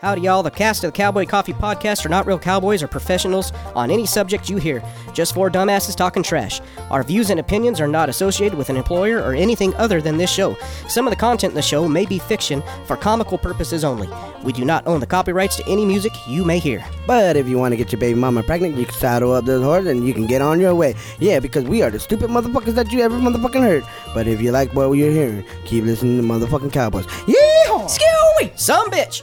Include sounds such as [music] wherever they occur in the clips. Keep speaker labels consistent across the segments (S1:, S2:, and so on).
S1: Howdy, y'all. The cast of the Cowboy Coffee Podcast are not real cowboys or professionals on any subject you hear, just four dumbasses talking trash. Our views and opinions are not associated with an employer or anything other than this show. Some of the content in the show may be fiction for comical purposes only. We do not own the copyrights to any music you may hear.
S2: But if you want to get your baby mama pregnant, you can saddle up this horse and you can get on your way. Yeah, because we are the stupid motherfuckers that you ever motherfucking heard. But if you like what you're hearing, keep listening to motherfucking cowboys. Yeah!
S1: Skewy! Some bitch!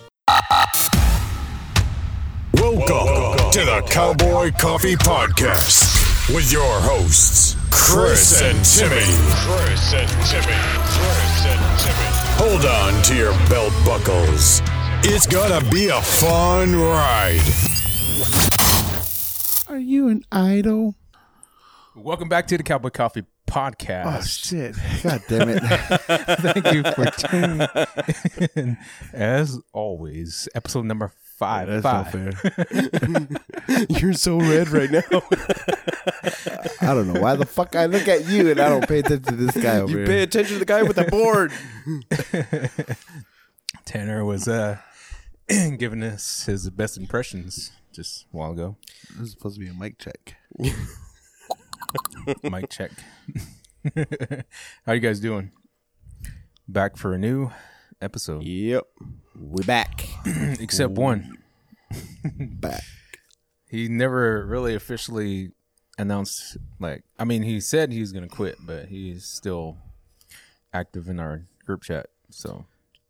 S3: Welcome to the Cowboy Coffee Podcast with your hosts, Chris and Timmy. Chris and Timmy. Chris and Timmy. Hold on to your belt buckles. It's gonna be a fun ride.
S4: Are you an idol?
S5: Welcome back to the Cowboy Coffee
S4: Oh
S5: Podcast.
S4: shit! God damn
S6: [laughs]
S4: it!
S5: Thank you for tuning in. As always, episode number five.
S4: That's
S5: five.
S4: not fair.
S6: [laughs] You're so red right now.
S4: I don't know why the fuck I look at you and I don't pay attention to this guy over
S6: you
S4: here.
S6: pay attention to the guy with the board.
S5: Tanner was uh, [clears throat] giving us his best impressions just a while ago.
S4: [laughs] This is supposed to be a mic check. [laughs]
S5: Mic check. [laughs] How you guys doing? Back for a new episode,
S6: Yep.
S2: We're back.
S5: except one.
S4: Back.
S5: He never really officially announced. Like, I mean, he said he was gonna quit, but he's still active in our group chat. So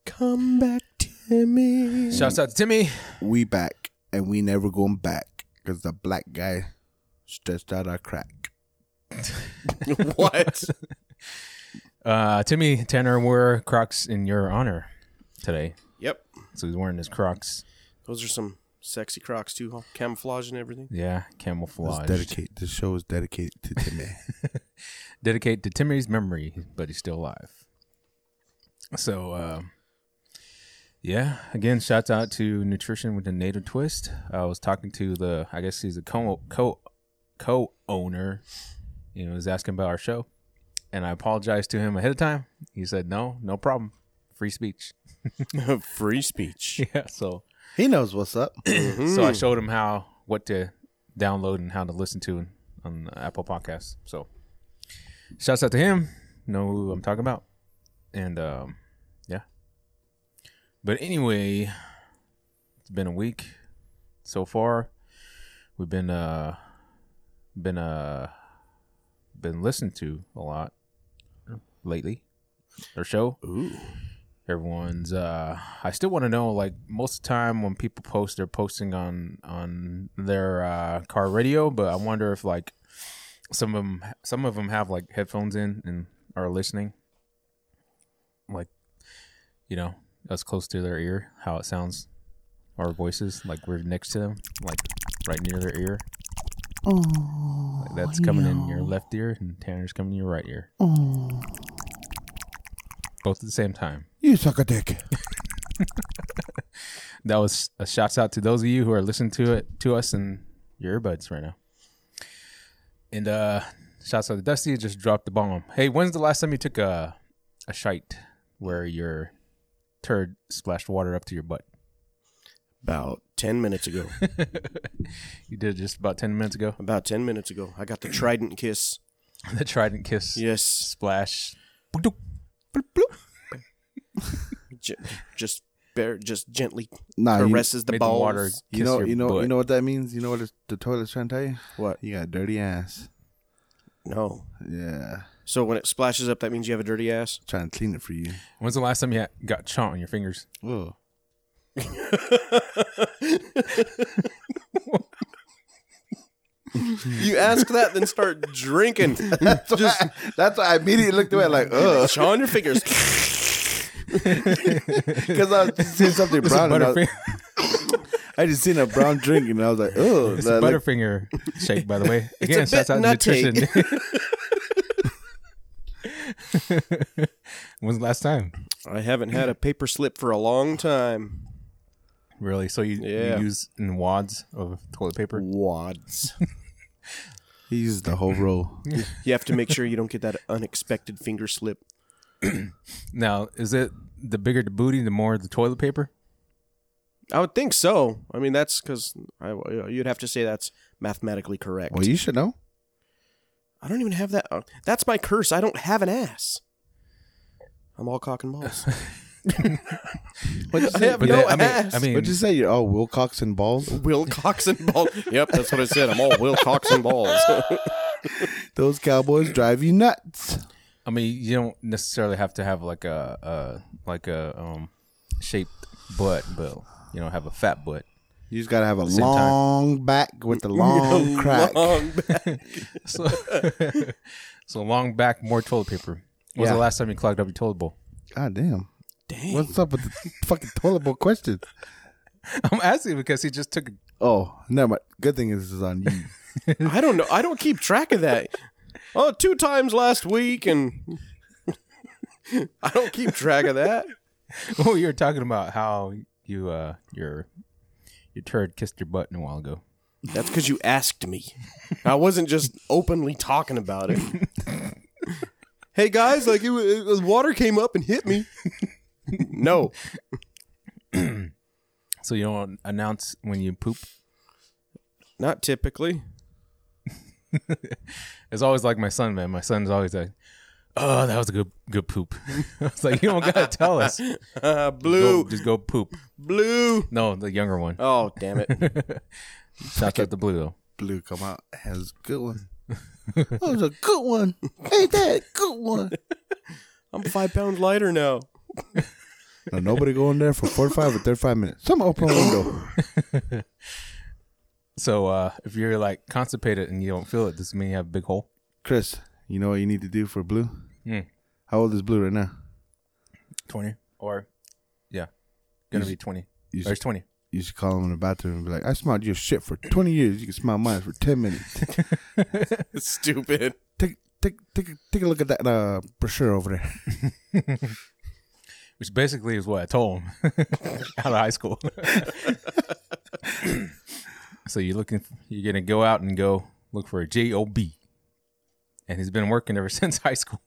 S6: Come back to me.
S5: Shouts out to Timmy.
S4: We back, and we never going back because the black guy stretched out our crack.
S6: What?
S5: Uh, Timmy Tanner wore Crocs in your honor today.
S6: yep.
S5: So he's wearing his Crocs.
S6: Those are some sexy Crocs too, huh? camouflage
S4: [laughs]
S6: and everything. [laughs]
S5: Yeah,
S4: This
S5: camouflage.
S4: dedicate. This show is dedicated to Timmy.
S5: Dedicate to Timmy's memory, but he's still alive. So, uh, yeah, again, shouts out to Nutrition with a Native Twist. I was talking to the, I guess he's a co co co owner. You know, he's asking about our show, and I apologized to him ahead of time. He said, "No, no problem, free speech." [laughs]
S6: Free speech.
S5: Yeah, so
S4: he knows what's up.
S5: So I showed him how what to download and how to listen to on Apple Podcasts. So shouts out to him. Know who I'm talking about. And um, yeah. But anyway, it's been a week so far. We've been uh been uh been listened to a lot lately. Their show everyone's uh i still want to know like most of the time when people post they're posting on on their uh car radio but i wonder if like some of them some of them have like headphones in and are listening like you know as close to their ear how it sounds our voices like we're next to them like right near their ear oh like that's coming in your left ear and tanner's coming in your right ear oh. both at the same time
S4: You suck a dick.
S5: that was a shouts out to those of you who are listening to it to us in your earbuds right now. And uh shouts out to Dusty just dropped the bomb. Hey, when's the last time you took a a shite where your turd splashed water up to your butt?
S6: About 10 minutes
S4: [laughs]
S6: ago.
S5: You did it just about ten minutes ago. [laughs]
S6: About 10 minutes ago. I got the trident kiss.
S5: the trident kiss
S6: Yes.
S5: splash.
S6: J- just bare, just gently
S4: Nah, you,
S6: caresses the
S5: made the
S6: balls.
S5: water-
S4: you
S5: kiss
S4: know,
S5: your
S4: you know, you
S5: butt.
S4: know what that means. You know what the toilet's trying to tell you?
S6: What?
S4: You got a dirty ass.
S6: No.
S4: Yeah,
S6: So when it splashes up, that means you have a
S4: [laughs]
S6: dirty ass?
S4: trying to clean it for you.
S5: When's the last time you had- got chomp on your fingers?
S4: Ugh.
S6: You ask that, then start drinking.
S4: Just [laughs] that's why I immediately looked away [laughs] like, ugh,
S6: Shaw on your fingers.
S4: because I was just seeing something
S5: It's a
S4: brown. And I,
S5: butterfinger,
S4: was- I just seen a brown drink and I was like, ugh,
S5: it's a
S4: like, like,
S5: butterfinger shake, by the way.
S6: [laughs] It's
S5: Again,
S6: a
S5: shouts out
S6: bit
S5: to
S6: nutty.
S5: nutrition. [laughs] When's the last time?
S6: I haven't had a paper slip for a long time.
S5: Really? So you,
S6: Yeah.
S5: you use in wads of toilet paper?
S6: Wads.
S4: he used the whole [laughs] roll.
S6: You have to make sure you don't get that unexpected finger slip.
S5: Now, is it the bigger the booty, the more the toilet paper?
S6: I would think so. I mean, that's because you'd have to say that's mathematically correct.
S4: Well, you should know.
S6: I don't even have that. oh, that's my curse. I don't have an ass. I'm all cock and
S5: [laughs]
S6: balls. [laughs]
S4: What'd you
S6: I
S4: say?
S6: have no
S5: I mean,
S6: ass. [laughs]
S5: I mean,
S4: What'd you say? You're all Wilcox and balls.
S6: Wilcox and balls. Yep, that's what I said. I'm all Wilcox
S5: [laughs]
S6: and balls.
S4: Those cowboys drive you nuts.
S5: I mean, you don't necessarily have to have like a, a like a um shaped butt, but you know, have a fat butt.
S4: You just gotta have a
S5: Same time.
S4: long back with [laughs] a long crack.
S6: [laughs] Long back.
S5: So, [laughs] so long back, more toilet paper. When was
S4: Yeah.
S5: the last time you clogged up your toilet bowl?
S4: God damn.
S6: Dang.
S4: What's up with the fucking toilet bowl questions?
S5: [laughs] I'm asking because he just took. [laughs]
S4: Oh, never mind. Good thing this is [laughs] on you.
S6: I don't know. I don't keep track of that. Oh, two times last week, and [laughs] I don't keep track of that.
S5: Oh, you were talking about how you uh your your turd kissed your butt a while ago.
S6: That's because you asked me. I wasn't just openly talking about it. [laughs] hey guys, like it, wa- it was water came up and hit me. no,
S5: So you don't announce when you poop.
S6: not typically.
S5: It's always like my son, man. My son's always like, "Oh, that was a good good poop." [laughs] I was like, "You don't gotta tell us. Just
S6: Uh,
S5: go,
S6: blue,
S5: just go poop."
S6: blue.
S5: No, the younger one.
S6: Oh damn it!
S5: Shout out the blue though.
S4: Blue come out. That was a good [laughs] one. That was a good one. Ain't that a good one?
S6: I'm five pounds lighter now.
S4: No, nobody go in there for 45 or 35 minutes. Some [coughs] open window.
S5: So uh, if you're like constipated and you don't feel it, does it mean you have a big hole?
S4: Chris, you know what you need to do for Blue?
S5: Hmm.
S4: How old is Blue right now?
S5: Twenty or yeah, gonna be twenty.
S4: You
S5: There's
S4: should,
S5: twenty.
S4: you should call him in the bathroom and be like, I smelled your shit for 20 years. You can smell mine for 10 minutes.
S6: Stupid.
S4: Take, take, take, a- take a look at that uh, brochure over there.
S5: which basically is what I told him [laughs] out of high school. so you're looking, you're gonna go out and go look for a job, and he's been working ever [laughs] since high school.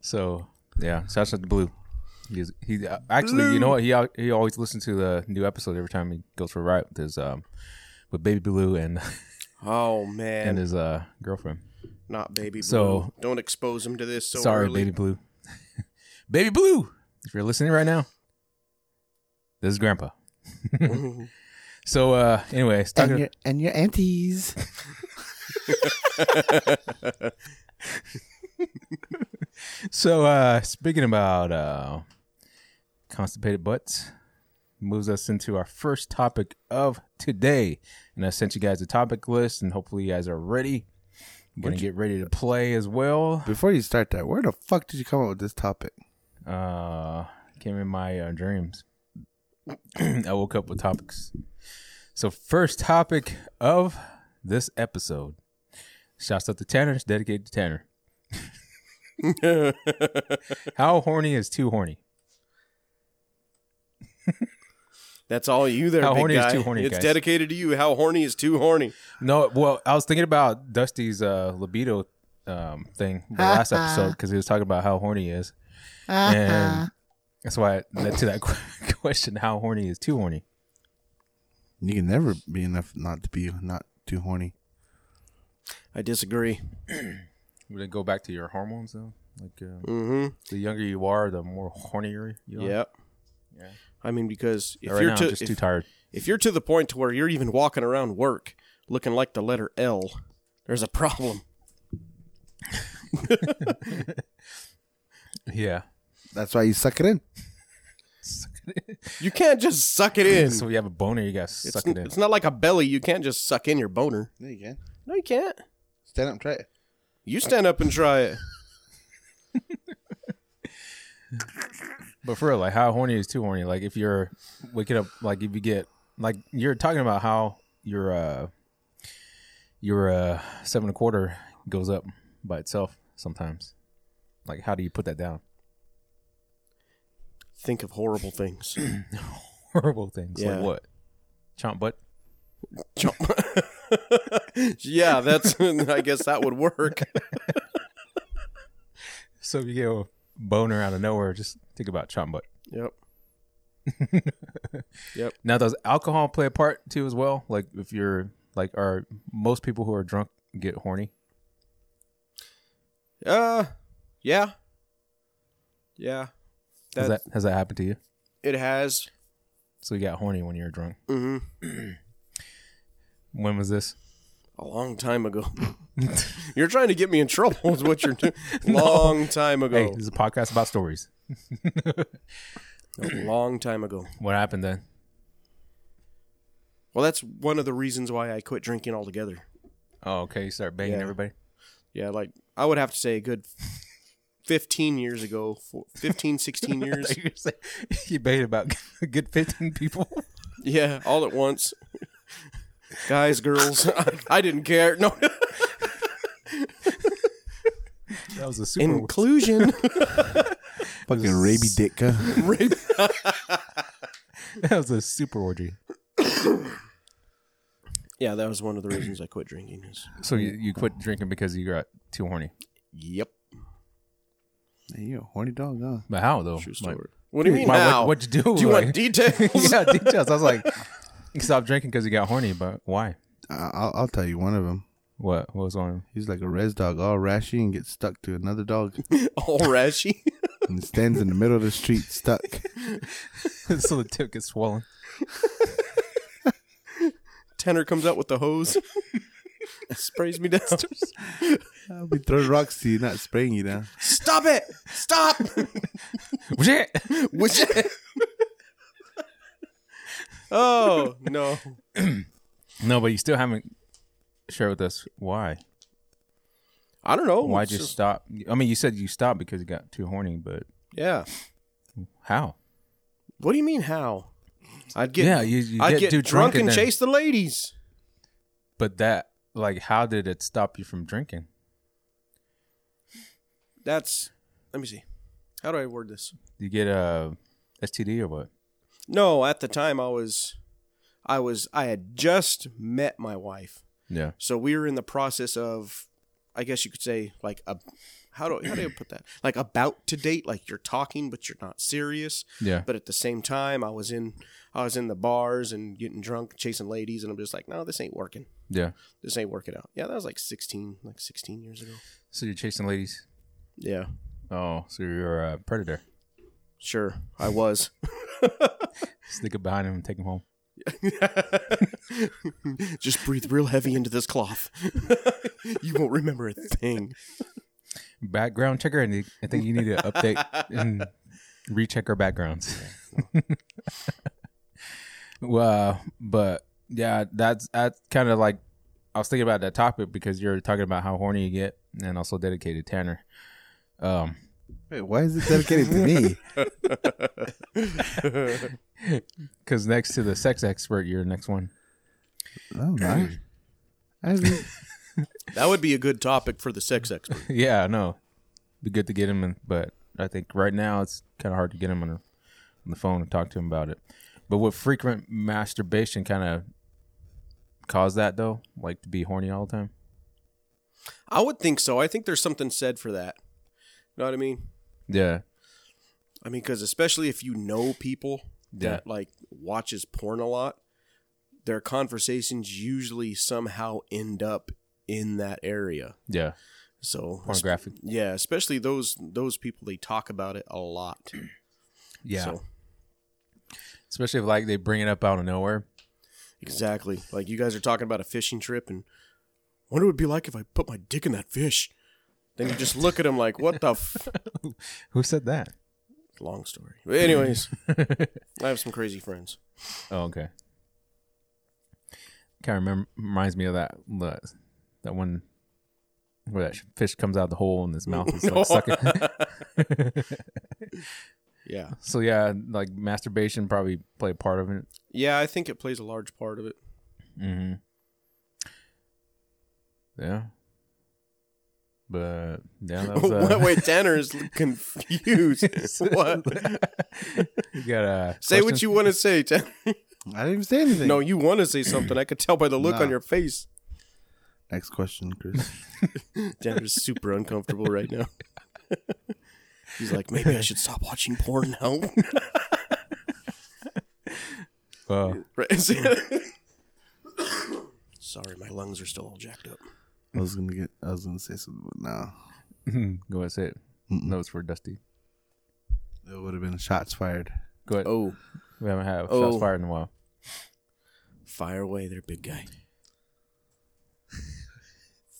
S5: so yeah, shouts out to Blue. He's, he uh, actually, you know what? He al- he always listens to the new episode every time he goes for a ride with his um with Baby Blue and
S6: Oh man,
S5: and his uh girlfriend.
S6: not baby. Blue.
S5: So-
S6: don't expose him to this. So
S5: Sorry,
S6: early.
S5: Baby Blue. [laughs] Baby Blue, if you're listening right now, this is Grandpa. [laughs] so, uh, anyways, talking,
S4: and your aunties.
S5: so uh, speaking about uh, constipated butts moves us into our first topic of today, and I sent you guys a topic list, and hopefully you guys are ready. I'm gonna get ready to play as well.
S4: Before you start that, where the fuck did you come up with this topic?
S5: uh came in my uh, dreams [clears throat] i woke up with topics so first topic of this episode shouts out to tanner it's dedicated to tanner how horny is too horny
S6: That's all you there,
S5: How
S6: big
S5: horny is
S6: guy.
S5: too horny,
S6: It's
S5: guys.
S6: dedicated to you. How horny is too horny?
S5: no well i was thinking about dusty's uh libido um thing the last episode because he was talking about how horny he is and that's why it led to that [laughs] qu- question how horny is too horny
S4: You can never be enough not to be not too horny.
S6: I disagree.
S5: would it go back to your hormones though like uh,
S6: Mm-hmm.
S5: the younger you are, the more hornier you are.
S6: Yep. I mean, because if
S5: Right
S6: you're
S5: now,
S6: to
S5: I'm just
S6: if,
S5: too tired.
S6: if you're to the point to where you're even walking around work looking like the letter L, there's a problem.
S5: Yeah.
S4: That's why you suck it in.
S6: You can't just suck it in.
S5: So you have a boner, you got to
S6: It's,
S5: suck it in.
S6: it's not like a belly. You can't just suck in your boner.
S4: No, you can.
S6: No, you can't.
S4: Stand up and try it.
S6: You stand up and try it.
S5: But for real, like how horny is too horny? Like if you're waking up, like if you get, like you're talking about how your uh your uh seven and a quarter goes up by itself sometimes. Like how do you put that down? [laughs]
S6: Think of
S5: [coughs]
S6: horrible things.
S5: Horrible things.
S6: Yeah.
S5: Like what? Chomp butt.
S6: Jump. yeah, that's. [laughs] I guess that would work.
S5: So if you get a boner out of nowhere, just think about chomp butt.
S6: Yep. Yep.
S5: Now, does alcohol play a part too as well? Like, if you're like, are most people who are drunk get horny?
S6: Uh, yeah, yeah.
S5: Has
S6: That-
S5: that has that happened to you?
S6: It has.
S5: So you got horny when you were drunk.
S6: hmm
S5: When was this?
S6: A long
S5: [laughs]
S6: time ago. You're trying to get me in trouble, is what you're doing. Long time
S5: Hey,
S6: ago.
S5: this is a podcast about stories.
S6: A long time ago.
S5: What happened then?
S6: Well, that's one of the reasons why I quit drinking altogether.
S5: Oh, okay. You start banging
S6: Yeah.
S5: everybody. [laughs]
S6: Yeah, like I would have to say a good 15 years ago, fo-
S5: [laughs]
S6: 15, 16 years.
S5: You're saying- you banged about [laughs] a good fifteen people.
S6: Yeah, all at once. Guys, girls, I didn't care. No,
S5: That was a super.
S6: inclusion.
S4: Fucking [laughs] raby ditka.
S5: [laughs] that was a super orgy.
S6: [laughs] yeah, that was one of the reasons I quit drinking. Is
S5: So you, you quit drinking because you got too horny.
S6: yep.
S4: Man, you a horny dog, huh?
S5: But how though?
S6: True
S5: Like,
S6: story. what do you mean
S5: why- what-
S6: now?
S5: what'd you do?
S6: Do you
S5: Like-
S6: want
S5: [laughs]
S6: details?
S5: yeah, details. I was like, [laughs] you stopped drinking because you got horny, but why?
S4: I- I'll, I'll tell you one of them.
S5: What? What was on?
S4: He's like a res dog, all rashy, and gets stuck to another dog, [laughs]
S6: All rashy.
S4: and stands in the middle of the street stuck.
S5: [laughs] so the tip gets swollen.
S6: Tenor comes out with
S5: [laughs]
S6: the hose, sprays me down.
S4: I'll be throwing rocks to you, not spraying you down.
S6: Stop it! Stop!
S5: [laughs] Shit!
S6: What's it? [laughs] oh no!
S5: no, but you still haven't shared with us why.
S6: I don't know.
S5: Why'd
S6: It's
S5: you
S6: just-
S5: stop? I mean, you said you stopped because you got too horny, but
S6: Yeah.
S5: how?
S6: What do you mean? How? I'd get.
S5: Yeah, you- you
S6: I'd
S5: get
S6: get,
S5: too drunk
S6: drunk,
S5: and
S6: and
S5: then-
S6: chase the ladies.
S5: But that, like, how did it stop you from drinking?
S6: That's. Let me see. How do I word this?
S5: You get a STD or what?
S6: No, at the time I was, I was, I had just met my wife,
S5: Yeah.
S6: so we were in the process of, I guess you could say, like a, how do how do you put that? Like about to date, like you're talking but you're not serious.
S5: Yeah.
S6: But at the same time, I was in, I was in the bars and getting drunk, chasing ladies, and I'm just like, no, this ain't working.
S5: Yeah.
S6: This ain't working out. Yeah, that was like 16, like 16 years ago.
S5: So you're chasing ladies.
S6: Yeah,
S5: Oh, so you're a predator.
S6: sure, I was. [laughs]
S5: Sneak up behind him and take him home.
S6: Just breathe real heavy into this cloth. [laughs] you won't remember a thing.
S5: Background checker, and you- I think you need to update and recheck our backgrounds. [laughs] well, but yeah, that's that's kind of like I was thinking about that topic because you're talking about how horny you get, and also dedicated Tanner. Um,
S4: Wait, why is it dedicated to me?
S5: because next to the sex expert, you're the next one.
S4: Oh my! I haven't-
S6: That would be a good topic for the sex expert.
S5: Yeah, I know. Be good to get him, in, but I think right now it's kind of hard to get him on the, on the phone and talk to him about it. But would frequent masturbation kind of cause that though? Like to be horny all the time?
S6: I would think so. I think there's something said for that. You know what I mean?
S5: Yeah.
S6: I mean, because especially if you know people that like watches porn a lot, their conversations usually somehow end up in that area.
S5: Yeah.
S6: So
S5: Pornographic.
S6: yeah, especially those those people they talk about it a lot.
S5: Yeah.
S6: So
S5: Especially if like they bring it up out of nowhere.
S6: Exactly. Like you guys are talking about a fishing trip and wonder what it'd be like if I put my dick in that fish. Then you just look at him like, what the f [laughs]
S5: Who said that?
S6: long story. But anyways, I have some crazy friends.
S5: Oh, okay. Kind of remember, reminds me of that that, that one where that fish comes out of the hole and his mouth is [laughs] like sucking.
S6: Yeah.
S5: So yeah, like masturbation probably play a part of it.
S6: Yeah, I think it plays a large part of it.
S5: Mm-hmm. Yeah. But yeah, that was, uh,
S6: [laughs] Wait, Wait, Tanner is confused. what?
S5: you got uh, a
S6: Say what you want to say, Tanner.
S4: I didn't even say anything.
S6: No, you want to say something. I could tell by the look
S4: Nah.
S6: on your face.
S4: Next question, Chris.
S6: Tanner's super uncomfortable right now. [laughs] He's like, maybe I should stop watching porn now. [laughs]
S5: Oh,
S6: Right. [laughs] Sorry, my lungs are still all jacked up.
S4: I was gonna get. I was gonna say something, but no,
S5: Go ahead, say it. No, it's for Dusty.
S4: it would have been shots fired.
S5: Go ahead.
S6: Oh,
S5: We haven't had shots
S6: Oh.
S5: fired in a while. [clears throat]
S6: fire away there, big guy.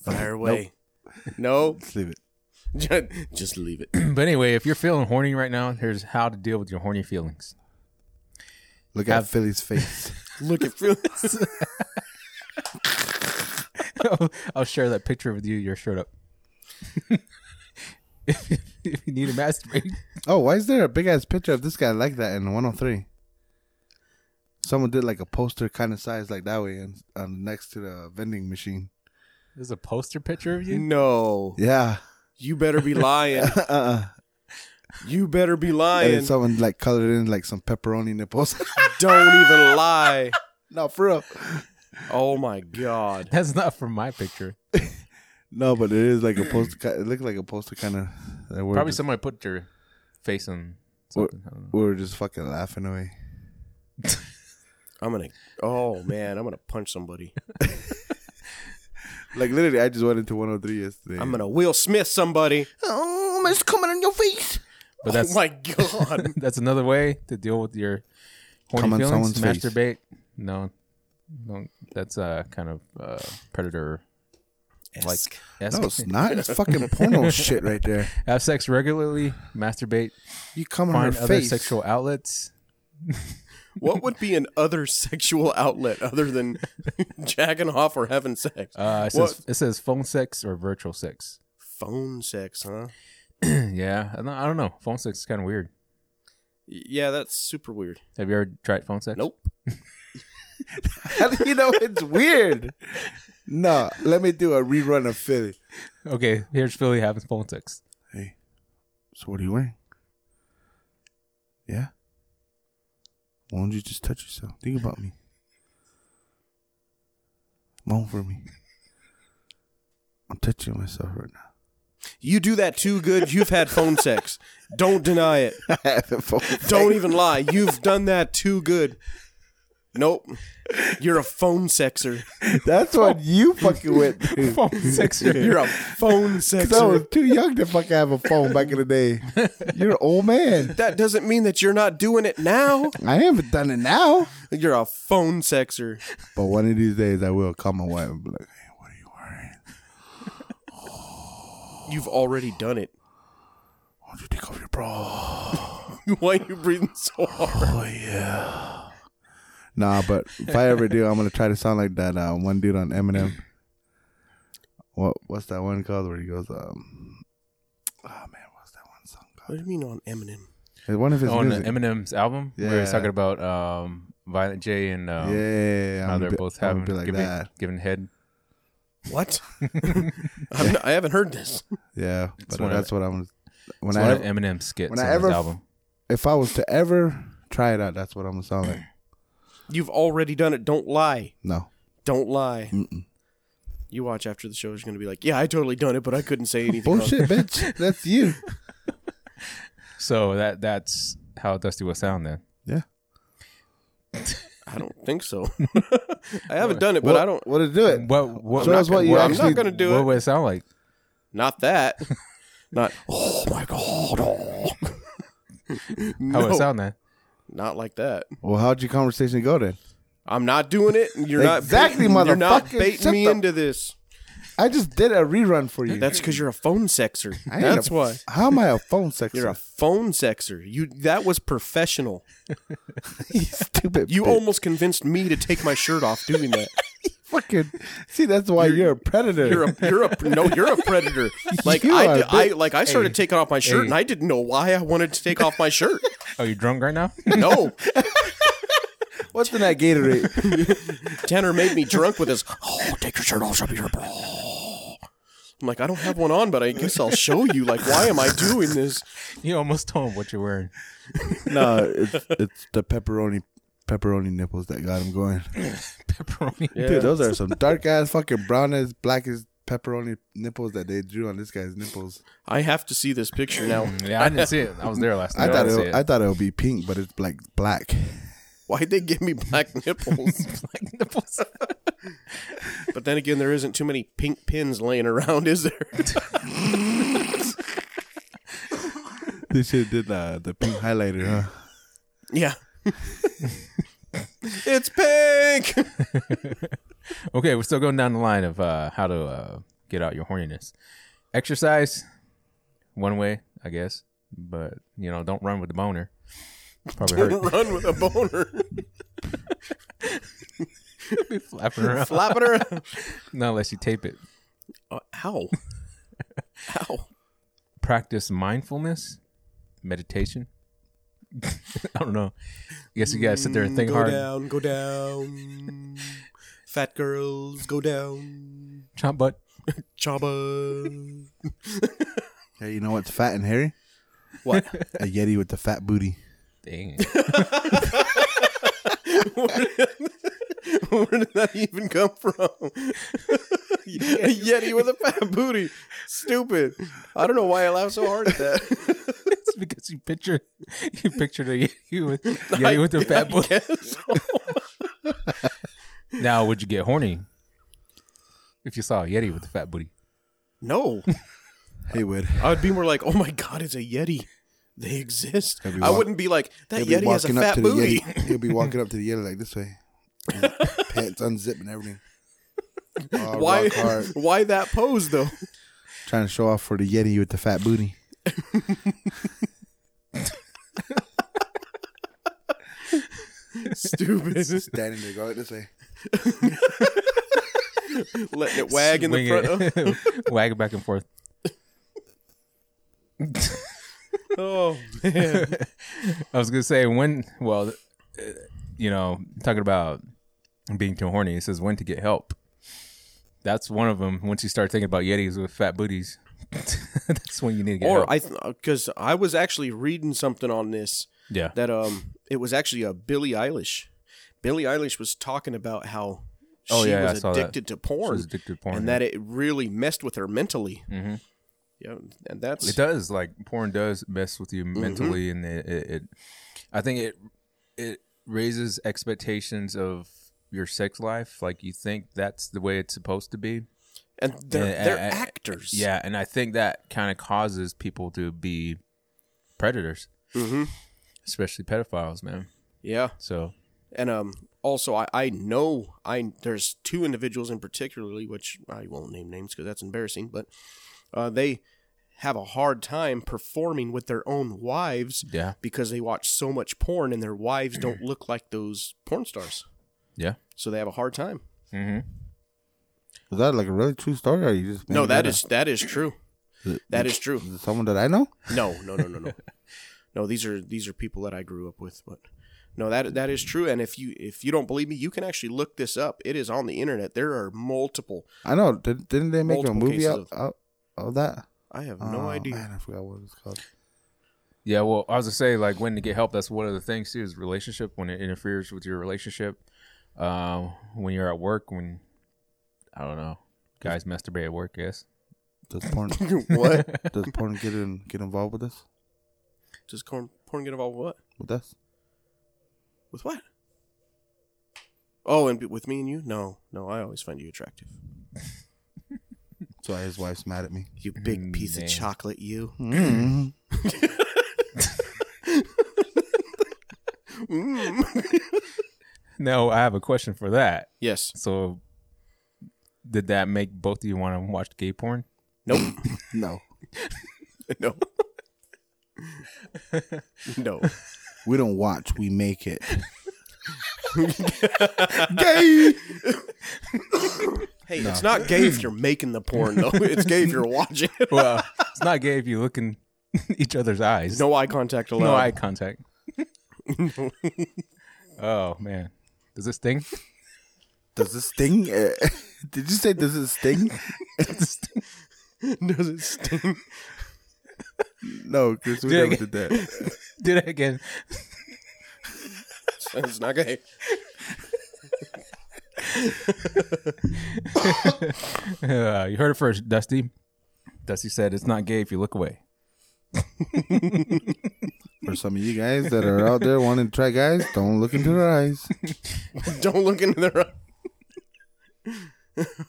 S6: Fire away. No,
S4: Let's leave it.
S6: Ju- [laughs] just leave it.
S5: but anyway, if you're feeling horny right now, here's how to deal with your horny feelings. [laughs]
S4: Look
S5: Have-
S4: at Philly's face.
S5: [laughs]
S6: Look at Phyllis.
S5: I'll share that picture with you. Your shirt up. [laughs] if, if you need to masturbate,
S4: oh, why is there a big ass picture of this guy like that in 103? Someone did like a poster kind of size like that way, and uh, next to the vending machine.
S5: there's a poster picture of
S6: Mm.
S5: you.
S6: [laughs] no,
S4: Yeah,
S6: you better
S5: [laughs]
S6: be lying.
S4: uh-uh.
S6: You better be
S4: and
S6: lying.
S4: then someone like colored in like some pepperoni nipples.
S6: [laughs]
S4: [laughs]
S6: Don't even lie.
S4: no, for real.
S6: Oh my god.
S5: That's not from my picture.
S4: No, but it is like a poster. ki- It looked like a poster kind of.
S5: Probably somebody put your face on something. I don't know.
S4: We were just fucking laughing away.
S6: I'm gonna. Oh man, I'm gonna punch somebody.
S4: Like literally, I just went into 103 yesterday.
S6: I'm gonna Will Smith somebody. [laughs]
S2: Oh, it's coming on your face.
S5: But that's
S6: oh my god.
S5: that's another way to deal with your horny
S4: Come on
S5: feelings.
S4: someone's face.
S5: Masturbate. No, no, that's uh, kind of uh, predator. [laughs] Like,
S4: no, it's not. It's fucking porno shit right there.
S5: [laughs] have sex regularly, masturbate,
S4: You come on her
S5: find other
S4: face.
S5: sexual outlets.
S6: [laughs] What would be an other sexual outlet other than [laughs] jacking off or having sex?
S5: Uh, it
S6: What-
S5: says it says phone sex or virtual sex. [clears throat]
S6: phone sex, huh?
S5: yeah, I don't, I don't know. Phone sex is kind of weird.
S6: Y- Yeah, that's super weird.
S5: Have you ever tried phone sex?
S6: Nope.
S4: How do [laughs] you know it's weird? No, let me do a rerun of Philly.
S5: Okay, here's Philly having phone sex.
S4: Hey, so what are you wearing? Yeah. Why don't you just touch yourself? Think about me. Moan for me. I'm touching myself right now.
S6: You do that too good. You've had phone sex. Don't deny it.
S4: [laughs]
S6: Don't even lie. You've done that too good. Nope. You're a phone sexer.
S4: That's what you fucking went through.
S5: [laughs] Phone
S4: [laughs]
S5: sex.
S6: You're a [laughs] phone
S4: Because I was
S6: sexer.
S4: too young to fucking have a phone back in the day. You're an old man.
S6: That doesn't mean that you're not doing it now.
S4: I haven't done it now.
S6: You're a phone sexer.
S4: But one of these days, I will call my wife and be like, hey, what are you wearing?
S6: You've already done it.
S4: Why don't you take off your
S5: [laughs]
S4: bra?
S6: Why are you breathing so hard?
S4: Nah, but if I ever do, I'm going to try to sound like that uh, one dude on Eminem. What What's that one called where he goes, um, oh man, what's that one song
S6: What do you mean on Eminem?
S4: called? One of his
S5: [laughs] On
S4: music.
S5: Eminem's album, where he's
S4: Yeah.
S5: talking about um, Violent J and um,
S4: yeah,
S5: how
S4: I'm
S5: they're
S4: bi-
S5: both
S4: I'm
S5: having
S4: gonna be like
S5: giving,
S4: that.
S5: giving head.
S6: What? [laughs] I'm not, I haven't heard this.
S4: Yeah, but
S5: one of-
S4: that's what I'm. When
S5: It's
S4: I
S5: one of
S4: ever,
S5: Eminem's skits
S4: when
S5: on
S4: I
S5: his
S4: ever-
S5: album.
S4: if I was to ever try it out, that's what I'm gonna sound
S5: [clears throat]
S4: like.
S6: You've already done it. Don't lie.
S4: No,
S6: Don't lie. You watch after the show. Is going to be like, yeah, I totally done it, but I couldn't say anything. about it."
S4: bullshit,
S5: [laughs]
S4: bitch. That's you.
S5: So that that's how Dusty will sound then.
S4: Yeah.
S6: I don't think [laughs] so. I haven't done it, but I don't.
S4: want to do it.
S5: What what
S4: Show us what you
S6: I'm
S4: actually.
S6: not going to do
S5: what
S6: it.
S5: would it sound like?
S6: Not [laughs] that. Not. Oh my god. oh."
S5: How would
S6: No,
S5: it sound then?
S6: [laughs] Not like that.
S4: Well, how'd your conversation go then?
S6: I'm not doing it. and You're
S4: Exactly,
S6: not baiting, You're not
S4: motherfucker.
S6: baiting
S4: Shut
S6: me
S4: the-
S6: into this.
S4: I just did a rerun for you.
S6: That's because you're a phone sexer.
S4: I ain't
S6: That's
S4: a-
S6: why.
S4: How am I a [laughs] phone sexer?
S6: You're a phone sexer. You that was professional.
S4: stupid.
S6: You
S4: bitch.
S6: almost convinced me to take my shirt off doing that.
S4: fucking see. That's why you're, a predator.
S6: [laughs] You're a you're a no, you're a [laughs] predator. Like
S4: You
S6: I,
S4: are
S6: did,
S4: a
S6: I
S4: bit-
S6: like I started taking off my shirt and I didn't know why I wanted to take off my [laughs] shirt.
S5: Are Oh, you drunk
S4: [laughs]
S5: right now? [laughs]
S6: No,
S4: [laughs] What's in that [laughs] Gatorade?
S6: Tanner made me drunk with his. Oh, take your shirt off, show me your bra. I'm like, I don't have one on, but I guess I'll show you. Like, why am I doing this?
S5: you almost told him what you're wearing.
S4: no, [laughs] it's it's the pepperoni pepperoni nipples that got him going.
S5: Pepperoni. [laughs]
S4: Dude, those are some dark [laughs] ass fucking brown as black as pepperoni nipples that they drew on this guy's nipples.
S6: I have to see this picture now.
S5: Yeah, I didn't see it. I was there last
S4: I
S5: night.
S4: thought
S5: didn't
S4: it, [laughs]
S5: see
S4: I thought it would be pink, but it's like black.
S6: Why'd they give me black nipples?
S5: [laughs] Black nipples.
S6: but then again, there isn't too many pink pins laying around,
S5: [laughs]
S6: is there?
S4: They should have did uh, the, the pink highlighter, huh?
S6: yeah. it's pink.
S5: Okay, we're still going down the line of uh, how to uh, get out your horniness. Exercise, one way, I guess, but you know, don't run with the boner. Probably
S4: [laughs]
S5: hurt.
S6: Run with a boner.
S5: Be flapping around.
S6: Flapping around.
S5: Not unless you tape it.
S6: Uh, ow. Ow.
S5: Practice mindfulness, meditation. [laughs] I don't know. I guess you gotta sit there and think
S6: Mm, go
S5: hard.
S6: down, go down. Fat girls, go down.
S5: Chop butt.
S6: Chaba.
S4: Hey, you know what's fat and hairy?
S6: What?
S4: A Yeti with the fat booty.
S6: [laughs]
S5: Dang.
S6: [laughs] Where did that even come from? [laughs] a Yeti with a fat booty. Stupid. I don't know why I laugh so hard at that.
S5: it's because you picture you pictured a you
S6: [laughs]
S5: with yeah, with the fat boy.
S6: Yes.
S5: [laughs] Now, would you get horny if you saw a Yeti with the fat booty?
S6: [laughs] no.
S4: Hey, Wood.
S6: I would be more like, oh my God, it's a Yeti. They exist.
S4: He'll be
S6: I
S4: walk-
S6: wouldn't be like, that Yeti has a
S4: up
S6: fat
S4: to the
S6: booty.
S4: Yeti. He'll be walking up to the Yeti like this way. Pants unzipping everything. All
S6: [laughs] Why,
S4: rock hard,
S6: [laughs] why that pose though? [laughs]
S4: trying to show off for the Yeti with the fat booty.
S6: Stupid.
S4: Standing there, go like this way.
S6: Letting it wag in the front.
S5: Wing
S6: [laughs] Of.
S5: it. [laughs] Wag it back and forth.
S6: [laughs] Oh,
S5: [laughs] I was gonna say when. Well, uh, you know, talking about being too horny. It says when to get help. That's one of them. Once you start thinking about Yetis with fat booties, [laughs] that's when you need to get help.
S6: or I because I was actually reading something on this
S5: yeah.
S6: that um it was actually a Billie Eilish. Billie Eilish was talking about how
S5: Oh,
S6: she
S5: yeah, I
S6: was
S5: saw that.
S6: addicted to porn.
S5: She was addicted to porn,
S6: and that it really messed with her mentally.
S5: Mhm.
S6: Yeah, and that's
S5: It does. Like porn does mess with
S6: Mm-hmm.
S5: you mentally, and it, it, it, I think it, it raises expectations of your sex life. Like you think that's the way it's supposed to be.
S6: and they're,
S5: Yeah,
S6: they're
S5: I- I-
S6: actors.
S5: Yeah, and I think that kind of causes people to be predators,
S6: Mhm.
S5: especially pedophiles, man.
S6: yeah.
S5: So
S6: And um, also, I, I know I there's two individuals in particularly, which I won't name names because that's embarrassing, but uh, they have a hard time performing with their own wives
S5: yeah,
S6: because they watch so much porn and their wives
S5: [clears throat]
S6: don't look like those porn stars,
S5: yeah.
S6: so they have a hard time.
S5: Mm-hmm.
S4: Is that like a really true story? Or are you just
S6: No,
S4: making
S6: that
S4: up?
S6: is that is true. That is true.
S4: Is it someone that I know?
S6: No, no, no, no,
S4: [laughs]
S6: no. No, these are these are people that I grew up with, but no, that that is true. And if you if you don't believe me, you can actually look this up. It is on the internet. There are multiple.
S4: I know. Did, didn't they make
S6: Multiple
S4: a movie
S6: cases
S4: out
S6: of-
S4: out of that?
S6: I have no
S4: Oh,
S6: idea.
S4: Man, I forgot what it's called.
S5: Yeah, well, I was gonna say like when to get help. That's one of the things too is relationship when it interferes with your relationship. Uh, when you're at work, when I don't know, guys masturbate at work. I guess
S4: Does porn
S6: [laughs] what
S4: does porn get in, get involved with this?
S6: does corn, porn get involved with? What
S4: With us?
S6: with what? Oh, and b- with me and you? No, no. I always find you attractive.
S4: That's why his wife's mad at me.
S6: You big piece
S4: Mm,
S5: man.
S6: of chocolate, you.
S5: [laughs]
S4: Hmm.
S5: No, I have a question for that.
S6: Yes. [laughs]
S5: So, did that make both of you want to watch gay [laughs] porn?
S6: Nope.
S4: No, [laughs]
S6: no. [laughs] no.
S4: we don't watch. We make it.
S6: Hey, it's not gay if you're making the porn [laughs] though. It's gay if you're watching. it.
S5: Well, it's not gay if you look in [laughs] each other's eyes.
S6: no eye contact allowed.
S5: [laughs] no eye [laughs] contact. oh man, does this [laughs] thing?
S4: Does this sting? [laughs] Uh, did you say does it sting?
S6: Does it
S5: [laughs]
S6: sting?
S4: No, because we
S5: Did I
S4: never did that.
S5: Did it again?
S6: it's not gay. [laughs]
S5: Uh, you heard it first, Dusty. Dusty said it's not gay if you look away.
S4: Or for some of you guys that are out there wanting to try guys, don't look into their eyes.
S6: Don't look into their eye. [laughs]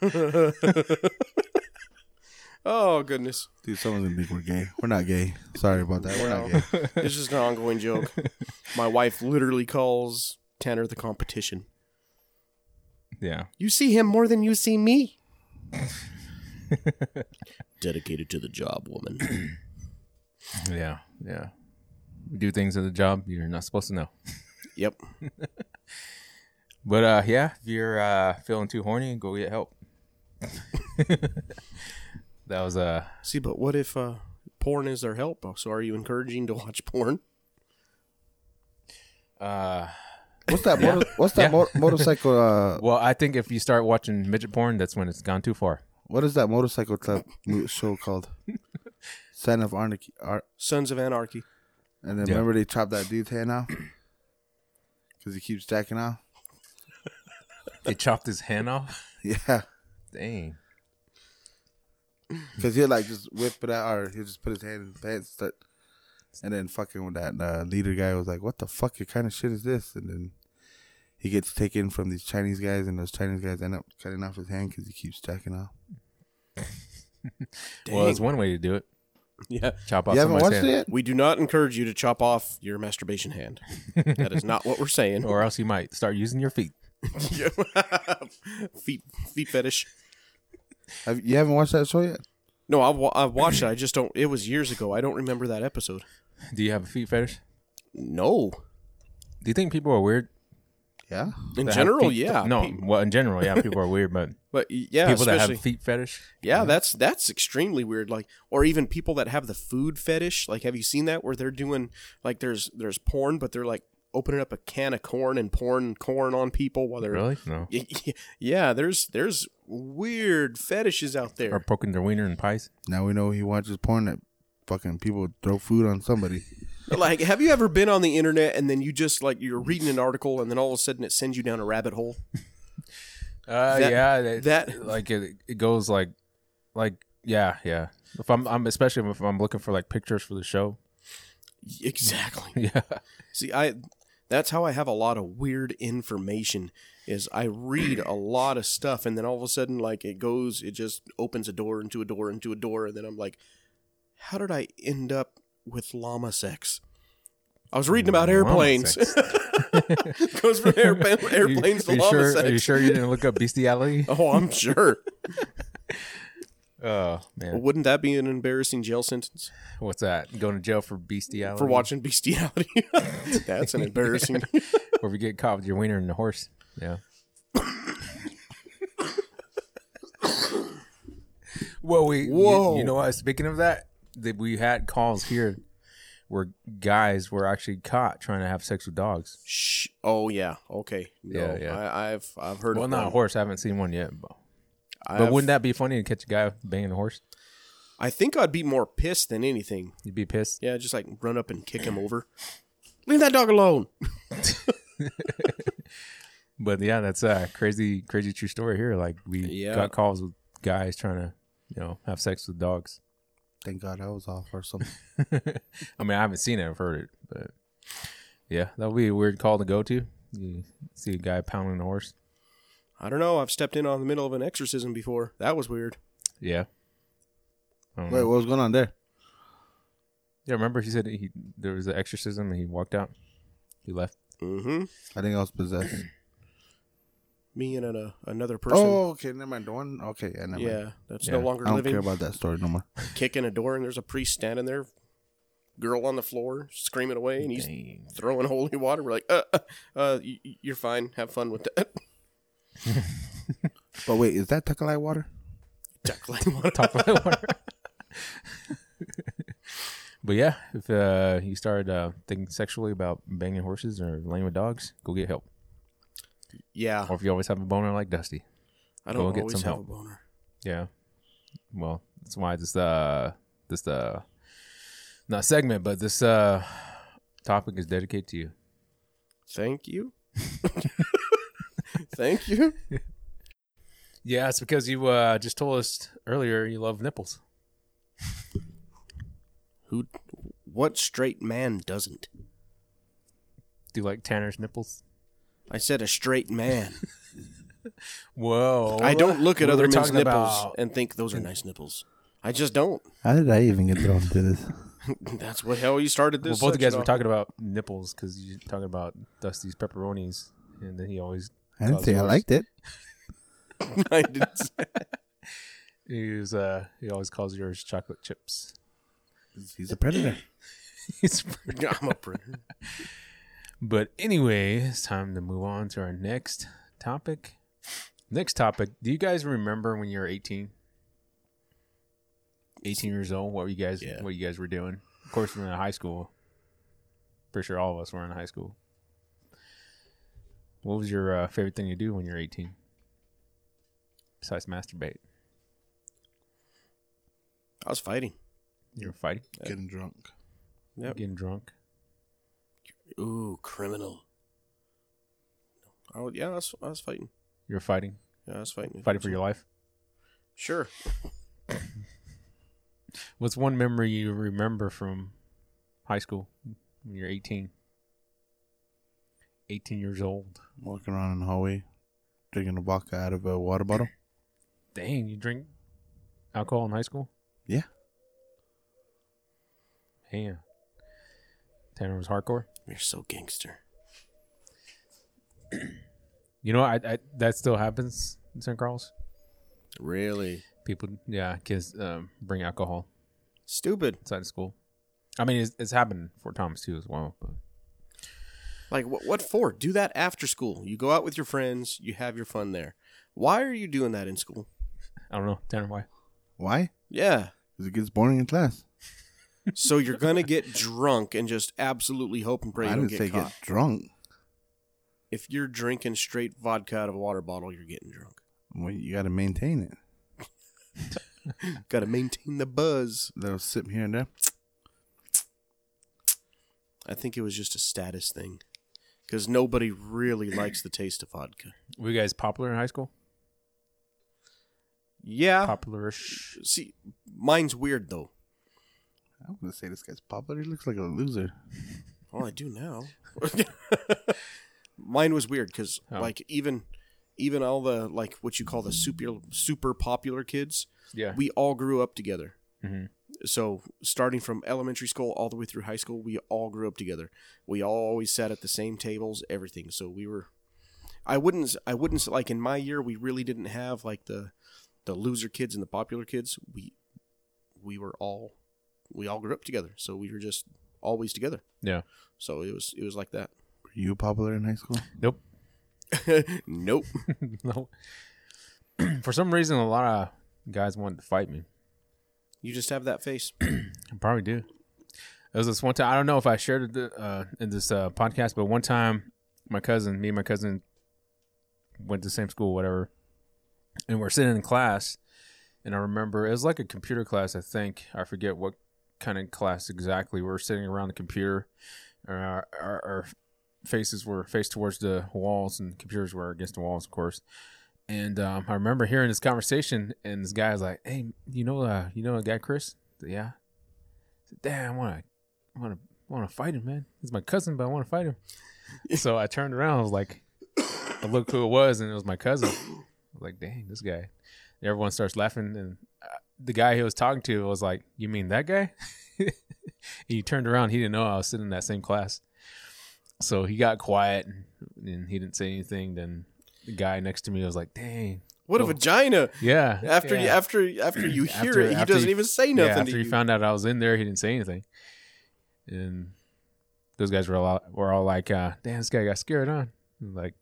S6: oh goodness,
S4: Dude, someone's gonna think we're gay. We're not gay. Sorry about that. We're not gay.
S6: this is an ongoing joke. My wife literally calls Tanner the competition.
S5: Yeah.
S6: You see him more than you see me. [laughs] Dedicated to the job, woman.
S5: Yeah. Yeah. You do things at the job you're not supposed to know.
S6: [clears throat] yep.
S5: But uh, yeah, if you're uh, feeling too horny, go get help. [laughs] that was uh,
S6: See, but what if uh, porn is their help? So are you encouraging to watch porn?
S5: uh
S4: What's that? Motor, what's that
S5: Yeah.
S4: mo- motorcycle? Uh,
S5: well, I think if you start watching midget porn, that's when it's gone too far.
S4: what is that motorcycle club mo- show called? Son of Anarchy. Ar-
S6: Sons of Anarchy.
S4: and then
S5: Yeah.
S4: remember they chopped that dude's hand off because he keeps jacking off. [laughs]
S5: They chopped his hand off.
S4: Yeah,
S5: Dang.
S4: because he'll like just whip it out, or he'll just put his hand in his pants, start, and then fucking with that uh, leader guy was like, "What the fuck? What kind of shit is this?" And then he gets taken from these Chinese guys, and those Chinese guys end up cutting off his hand because he keeps jacking off.
S5: Well, it's one way to do it.
S6: Yeah.
S5: Chop off
S4: you haven't
S5: somebody's
S4: watched
S5: hand,
S4: it yet?
S6: We do not encourage you to chop off your masturbation hand. that is not what we're
S5: [laughs]
S6: saying.
S5: or else you might start using your feet.
S6: [laughs] feet feet fetish.
S4: Have, you haven't watched that show yet?
S6: No, I've, wa- I've watched it. I just don't. It was years ago. I don't remember that episode.
S5: Do you have a feet fetish?
S6: No.
S5: Do you think people are weird?
S4: Yeah.
S6: In
S5: that have
S6: general,
S5: feet-
S6: yeah.
S5: No,
S6: Pe-
S5: well, in general, yeah, people are weird, [laughs] but
S6: but y- yeah,
S5: people that
S6: especially
S5: have feet fetish.
S6: yeah, that's that's extremely weird. Like, or even people that have the food fetish. Like, have you seen that where they're doing like there's there's porn, but they're like opening up a can of corn and pouring corn on people while they're
S5: Really? No.
S6: Y- y- [laughs] Yeah, there's there's weird fetishes out
S5: Or
S6: there.
S5: poking their wiener in pies.
S4: Now we know he watches porn that fucking people throw food on somebody.
S6: like, have you ever been on the internet and then you just like you're reading an article and then all of a sudden it sends you down a rabbit hole?
S5: Uh,
S6: That-
S5: yeah, that,
S6: that- [laughs]
S5: like it, it goes like, like yeah, yeah. If I'm, I'm especially if I'm looking for like pictures for the show. [laughs]
S6: Exactly.
S5: Yeah,
S6: See, I that's how I have a lot of weird information is I read a lot of stuff and then all of a sudden like it goes it just opens a door into a door into a door and then I'm like how did I end up with llama sex? I was reading about
S5: Llama
S6: airplanes.
S5: sex.
S6: [laughs] goes from airplane,
S5: [laughs]
S6: airplanes
S5: You-
S6: to
S5: you
S6: llama
S5: sure,
S6: sex.
S5: Are you sure you didn't look up
S6: [laughs]
S5: bestiality?
S6: Oh, I'm sure.
S5: [laughs] oh man,
S6: Wouldn't that be an embarrassing jail sentence
S5: what's that? Going to jail for bestiality
S6: for watching bestiality? [laughs] That's an
S5: [laughs]
S6: embarrassing.
S5: or if you get caught with your wiener and a horse. Yeah. well, we. Whoa.
S6: Whoa.
S5: You, know what? Speaking of that, that we had calls here where guys were actually caught trying to have sex with dogs.
S6: Shh. Oh yeah. Okay. No,
S5: Yeah, yeah.
S6: I, I've I've heard.
S5: Well,
S6: of
S5: not a
S6: one.
S5: horse. I haven't seen one yet. But, but
S6: I've-
S5: wouldn't that be funny to catch a guy banging a horse?
S6: I think I'd be more pissed than anything.
S5: You'd be pissed.
S6: Yeah, just like run up and kick him over. Leave that dog alone.
S5: But yeah, that's a crazy, crazy true story here. Like we
S6: Yeah.
S5: got calls with guys trying to, you know, have sex with dogs.
S4: Thank God I was off or something.
S5: [laughs] I mean, I haven't seen it. I've heard it, but yeah, that would be a weird call to go to. You see a guy pounding a horse.
S6: I don't know. I've stepped in on the middle of an exorcism before. That was weird.
S5: Yeah. I
S4: [laughs]
S5: don't
S4: Wait,
S5: know.
S4: what was going on there?
S5: Yeah, remember he said he there was an exorcism and he walked out. He left. [laughs]
S6: Mm-hmm.
S4: I think I was possessed. [clears throat]
S6: Me and an, uh, another person.
S4: oh, okay, never mind. The one, okay, yeah, never mind.
S6: yeah, that's
S5: Yeah.
S6: no
S4: I
S6: longer
S4: don't
S6: living.
S4: care about that story no more.
S6: Kicking a door and there's a priest standing there, girl on the floor screaming away, and he's throwing [laughs] holy water. We're like, uh, uh, uh y- y- you're fine. Have fun with that. [laughs]
S4: But wait, is that Tuckalai water?
S6: Duck like water.
S5: Top of the water. [laughs] but yeah, if uh, you started uh, thinking sexually about banging horses or laying with dogs, go get help.
S6: Yeah,
S5: Or if you always have a boner like Dusty,
S6: I don't
S5: go get
S6: always
S5: some
S6: have
S5: help.
S6: a boner.
S5: Yeah. Well, that's why this uh this uh not segment, but this uh topic is dedicated to you. [laughs]
S6: Thank you. Thank you.
S5: Yeah, it's because you uh just told us earlier you love nipples.
S6: Who? What straight man doesn't?
S5: do like Tanner's nipples.
S6: I said a straight man.
S5: Whoa!
S6: I don't look at
S5: We're
S6: other men's
S5: talking
S6: nipples
S5: about-
S6: and think those are nice nipples. I just don't.
S4: How did I even get thrown to this? [laughs]
S6: That's what hell you started
S5: Well,
S6: this.
S5: both of you guys were
S6: section
S5: talking about nipples because you're talking about Dusty's pepperonis, and then he always
S4: I didn't
S5: calls
S4: say I
S5: yours-
S4: liked it.
S6: on. [laughs] I didn't say-
S5: He was, uh, he always calls yours chocolate chips.
S4: He's a predator.
S5: [laughs] He's-
S6: I'm a printer.
S5: but anyway, it's time to move on to our next topic. Next topic. Do you guys remember when you were 18? 18 years old, what were you guys
S6: Yeah.
S5: what you guys were doing? Of course, we were in high school. Pretty sure all of us were in high school. What was your uh, favorite thing to do when you were 18? Besides masturbate.
S6: I was fighting.
S5: You were fighting,
S4: Getting drunk.
S6: Yep.
S5: getting drunk.
S6: Ooh, criminal. Oh yeah, I was, I was fighting.
S5: You were fighting,
S6: Yeah, I was fighting.
S5: fighting for your life.
S6: Sure.
S5: What's one memory you remember from high school when you're 18? 18 years old.
S4: Walking around in the hallway, drinking a vodka out of a water bottle.
S5: Dang, you drink alcohol in high school?
S4: [laughs] Yeah.
S5: Damn. Tanner was hardcore.
S6: You're so gangster.
S5: You know, I, I that still happens in St. Carl's.
S6: Really
S5: People, yeah, kids um, bring alcohol
S6: stupid.
S5: inside of school. I mean, it's, it's happened in Fort Thomas too as well. But
S6: Like what? What for? Do that after school. You go out with your friends. You have your fun there. Why are you doing that in school?
S5: I don't know, Tanner, why?
S4: Why?
S6: Yeah.
S4: Because it gets boring in class.
S6: So you're gonna get drunk and just absolutely hope and pray you
S4: I
S6: don't
S4: didn't
S6: get
S4: say
S6: caught.
S4: get drunk.
S6: If you're drinking straight vodka out of a water bottle, you're getting drunk.
S4: Well, you got to maintain it.
S6: Got to maintain the buzz.
S4: Little sip here and there.
S6: I think it was just a status thing, because nobody really likes the taste of vodka.
S5: Were you guys popular in high school?
S6: Yeah.
S5: Popularish.
S6: See, mine's weird though.
S4: I'm gonna say this guy's popular. He looks like a loser.
S6: Well, Oh, I do now. [laughs] Mine was weird because,
S5: Oh.
S6: like, even even all the like what you call the super super popular kids,
S5: Yeah.
S6: we all grew up together.
S5: Mhm.
S6: So starting from elementary school all the way through high school, we all grew up together. We all always sat at the same tables, everything. So we were. I wouldn't. s- I wouldn't s- like in my year we really didn't have like the the loser kids and the popular kids. We we were all we all grew up together, so we were just always together.
S5: yeah.
S6: So it was it was like that. [laughs]
S4: Were you popular in high school?
S5: Nope. [laughs]
S6: nope.
S5: no. [clears throat] For some reason, a lot of guys wanted to fight me.
S6: You just have that face.
S5: I probably do. There was this one time. I don't know if I shared it th- uh, in this uh, podcast, but one time, my cousin, me and my cousin, went to the same school, whatever, and we're sitting in class, and I remember it was like a computer class. I think I forget what kind of class exactly. We were sitting around the computer, and our, our, our faces were faced towards the walls, and computers were against the walls, of course. And um, I remember hearing this conversation, and this guy was like, "Hey, you know, uh, you know, a guy, Chris? Yeah." damn, I want to, I want to, want to fight him, man. He's my cousin, but I want to
S6: [laughs]
S5: fight him. so I turned around. I was like, I looked who it was, and it was my cousin. I was like, dang, this guy. And everyone starts laughing, and uh, the guy he was talking to was like, "You mean that guy?" [laughs] he turned around. He didn't know I was sitting in that same class. So he got quiet, and, and he didn't say anything. Then the guy next to me was like, "Dang,
S6: What a vagina!
S5: yeah."
S6: After
S5: yeah.
S6: you after after you hear
S5: After-
S6: it, he
S5: after
S6: doesn't
S5: you-
S6: even say
S5: Yeah,
S6: nothing
S5: after
S6: to
S5: he
S6: you.
S5: found out I was in there, he didn't say anything. And those guys were all were all like, uh, "Damn, this guy got scared, huh?" I'm like,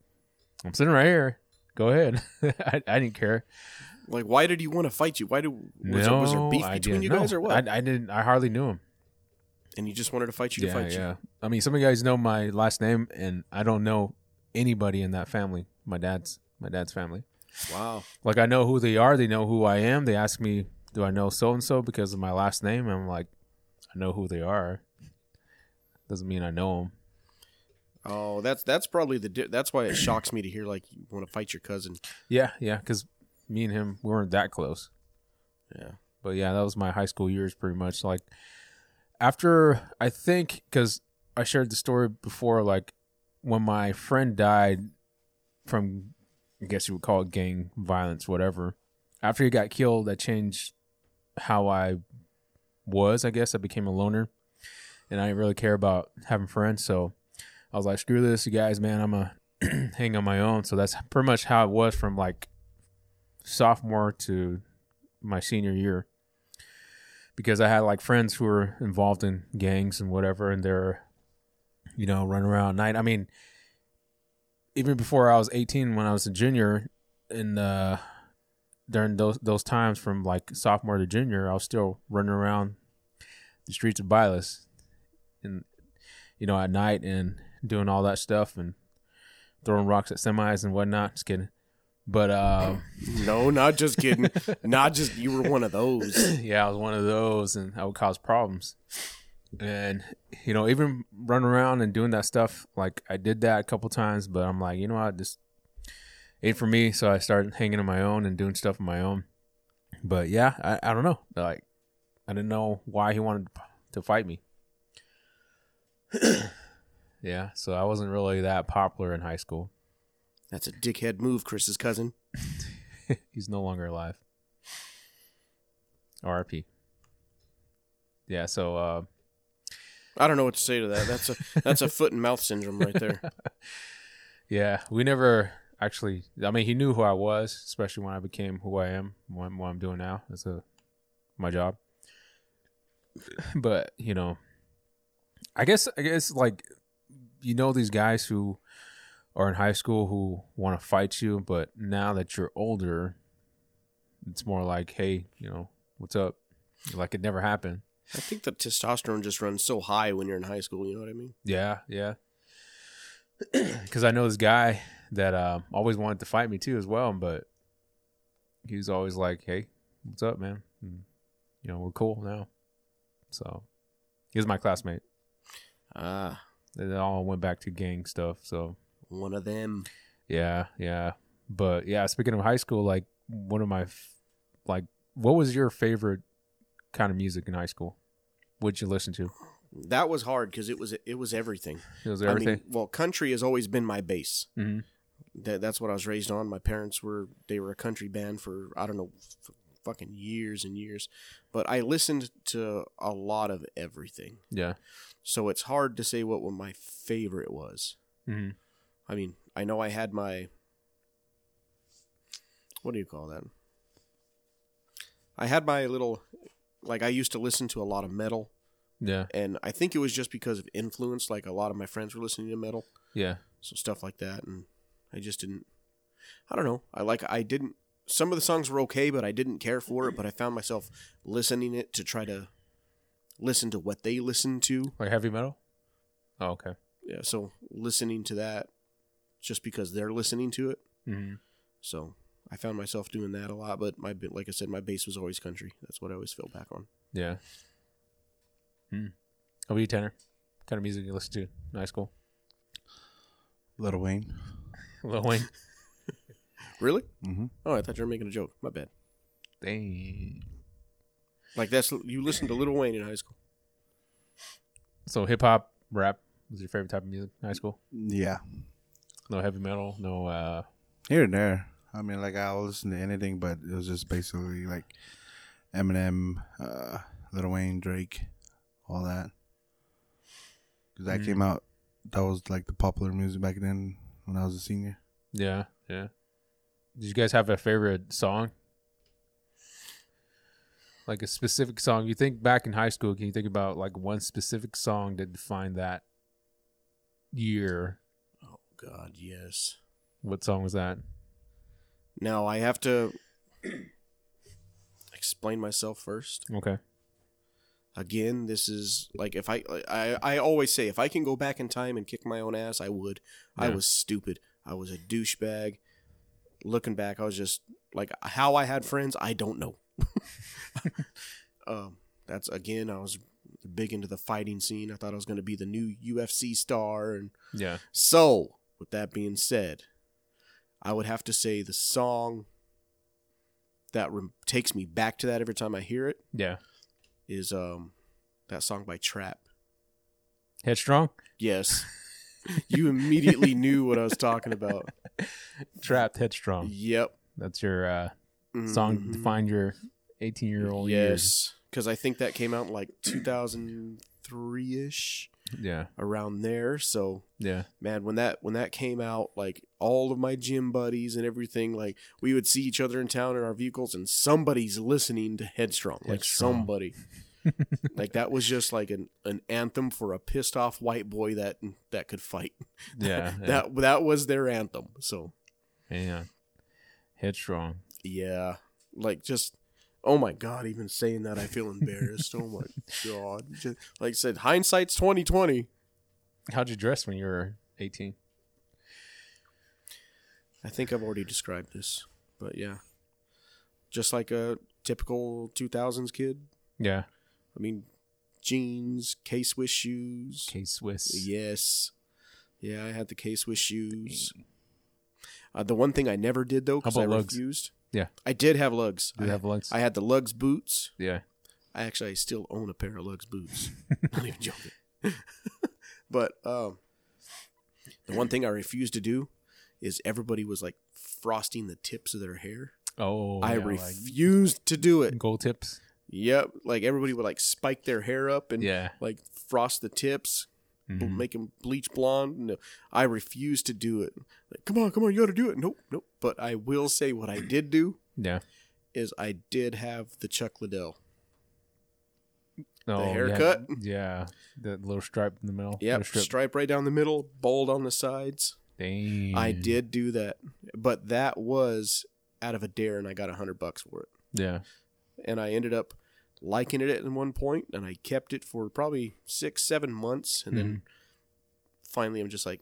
S5: I'm sitting right here. Go ahead. [laughs] I, I didn't care.
S6: like, why did he want to fight you? Why do was,
S5: no,
S6: there, was there beef
S5: I
S6: between
S5: didn't.
S6: you guys
S5: No,
S6: or what?
S5: I, I didn't. I hardly knew him.
S6: and he just wanted to fight you to fight you.
S5: I mean, some of you guys know my last name, and I don't know anybody in that family. My dad's my dad's family.
S6: Wow.
S5: Like I know who they are. They know who I am. They ask me, "Do I know so and so?" Because of my last name. I'm like, I know who they are. Doesn't mean I know them.
S6: Oh, that's that's probably the di- that's why it shocks me to hear like you want to fight your cousin.
S5: Yeah, yeah. Because me and him we weren't that close.
S6: Yeah.
S5: But yeah, that was my high school years pretty much. Like after I think because I shared the story before. Like when my friend died from, I guess you would call it gang violence, whatever. After he got killed, that changed how I was. I guess I became a loner, and I didn't really care about having friends. So I was like, "Screw this, you guys, man! I'm a [clears throat] hang on my own." So that's pretty much how it was from like sophomore to my senior year because I had like friends who were involved in gangs and whatever, and they're, you know, running around at night. I mean, even before I was 18, when I was a junior, in uh, during those those times from like sophomore to junior, I was still running around the streets of Bilas, and you know, at night and doing all that stuff and throwing rocks at semis and whatnot. Just kidding, but uh,
S6: No, not
S5: [laughs]
S6: just kidding. not just you were one of those.
S5: yeah, I was one of those, and I would cause problems. And you know, even running around and doing that stuff, like I did that a couple times, but I'm like, you know, what, just ain't for me. So I started hanging on my own and doing stuff on my own. But yeah, I, I don't know. Like, I didn't know why he wanted to fight me. [clears throat] yeah, so I wasn't really that popular in high school.
S6: That's a dickhead move, Chris's cousin.
S5: He's no longer alive. RIP. Yeah, so uh,
S6: I don't know what to say to that. That's a that's a foot and mouth syndrome right there.
S5: Yeah, we never actually. I mean, he knew who I was, especially when I became who I am, what, I'm- what I'm doing now. That's a my job. [clears throat] But you know, I guess I guess like you know these guys who are in high school who want to fight you, but now that you're older, it's more like, hey, you know, what's up? Like it never happened.
S6: I think the testosterone just runs so high when you're in high school. You know what I mean?
S5: Yeah, yeah. [clears throat] Because I know this guy that uh, always wanted to fight me too, as well. But he was always like, "Hey, what's up, man? And, you know, we're cool now." So he was my classmate.
S6: Ah,
S5: And It all went back to gang stuff. So
S6: one of them.
S5: yeah, yeah. But yeah, speaking of high school, like one of my f- like, what was your favorite kind of music in high school? What'd you listen to?
S6: That was hard because it was it was everything.
S5: It was everything.
S6: I mean, well, country has always been my base.
S5: Mhm.
S6: That, that's what I was raised on. My parents were they were a country band for I don't know, f- fucking years and years. But I listened to a lot of everything,
S5: yeah.
S6: so it's hard to say what one- my favorite was.
S5: hmm
S6: I mean, I know I had my what do you call that? I had my little like I used to listen to a lot of metal,
S5: Yeah.
S6: and I think it was just because of influence. Like a lot of my friends were listening to metal
S5: Yeah.
S6: so stuff like that and i just didn't i don't know i like i didn't some of the songs were okay but i didn't care for it but i found myself listening it to try to listen to what they listened to
S5: Like heavy metal. Oh, okay.
S6: yeah so listening to that just because they're listening to it
S5: Mm-hmm.
S6: so i found myself doing that a lot but my bit like i said my base was always country that's what i always fell back on
S5: Yeah. Hmm. How about you, Tanner? What kind of music you listen to in high school?
S4: Little Wayne.
S5: [laughs] Lil Wayne.
S6: really
S4: Mhm.
S6: oh i thought you were making a joke my bad
S5: Dang.
S6: like that's you listened to little wayne in high school
S5: So hip hop, rap was your favorite type of music in high school?
S4: Yeah.
S5: No heavy metal, no uh
S4: Here and there. I mean, like I'll listen to anything, but it was just basically like Eminem, uh, Little Wayne, Drake, all that. 'Cause that came out. That was like the popular music back then when I was a senior.
S5: yeah, yeah. Did you guys have a favorite song? Like a specific song. You think back in high school, can you think about like one specific song that defined that year?
S6: oh god yes
S5: What song was that?
S6: Now I have to [clears throat] explain myself first.
S5: Okay.
S6: Again, this is like if I, I I always say if I can go back in time and kick my own ass, I would. I
S5: Yeah.
S6: was stupid. I was a douchebag. Looking back, I was just like how I had friends, I don't know. [laughs] um, that's again, I was big into the fighting scene. I thought I was going to be the new UFC star and
S5: Yeah.
S6: so, with that being said, I would have to say the song that rem- takes me back to that every time I hear it
S5: Yeah.
S6: is um that song by Trap.
S5: Headstrong?
S6: Yes. [laughs] you immediately knew what I was talking about.
S5: Trapped Headstrong.
S6: Yep. Mm-hmm.
S5: That's your uh, song to define your 18 year old years.
S6: Yes, because I think that came out in like 2003 ish,
S5: Yeah.
S6: around there. So
S5: Yeah.
S6: man, when that when that came out, like all of my gym buddies and everything, like we would see each other in town in our vehicles, and somebody's listening to Headstrong, like
S5: Headstrong. [laughs]
S6: somebody. like that was just like an, an anthem for a pissed off white boy that that could fight.
S5: Yeah. yeah.
S6: [laughs] That that was their anthem. So
S5: Man. Headstrong.
S6: yeah, like just oh my god, even saying that I feel embarrassed. oh
S5: [laughs]
S6: my god, just, like I said, hindsight's twenty twenty.
S5: How'd you dress when you were 18?
S6: I think I've already described this, but yeah, just like a typical two thousands kid.
S5: Yeah.
S6: I mean, jeans, K Swiss shoes.
S5: K Swiss.
S6: Yes, yeah, I had the K Swiss shoes. Uh, the one thing I never did though, because
S5: How
S6: I
S5: about lugs?
S6: refused.
S5: Yeah.
S6: I did have lugs.
S5: Do
S6: I,
S5: you have lugs?
S6: I had the lugs boots.
S5: yeah.
S6: I actually I still own a pair of
S5: [laughs]
S6: Lux boots. [laughs] Not even joking. but um, the one thing I refuse to do is everybody was like frosting the tips of their hair.
S5: Oh,
S6: I
S5: yeah, like
S6: refused to do it.
S5: gold tips.
S6: Yep, like everybody would like spike their hair up and
S5: Yeah. Mm-hmm.
S6: like frost the tips, bl- make them bleach blonde. No, I refuse to do it. Like, come on, come on, you got to do it. Nope, nope. But I will say what I did do
S5: Yeah.
S6: is I did have the Chuck Liddell.
S5: Oh, yeah.
S6: haircut?
S5: Yeah. That little stripe in the middle.
S6: Yep,
S5: Little strip.
S6: stripe right down the middle, bold on the sides.
S5: Dang.
S6: I did do that, but that was out of a dare, and I got a hundred bucks for it.
S5: Yeah.
S6: And I ended up liking it at one point, and I kept it for probably six, seven months, and then finally, I'm just like,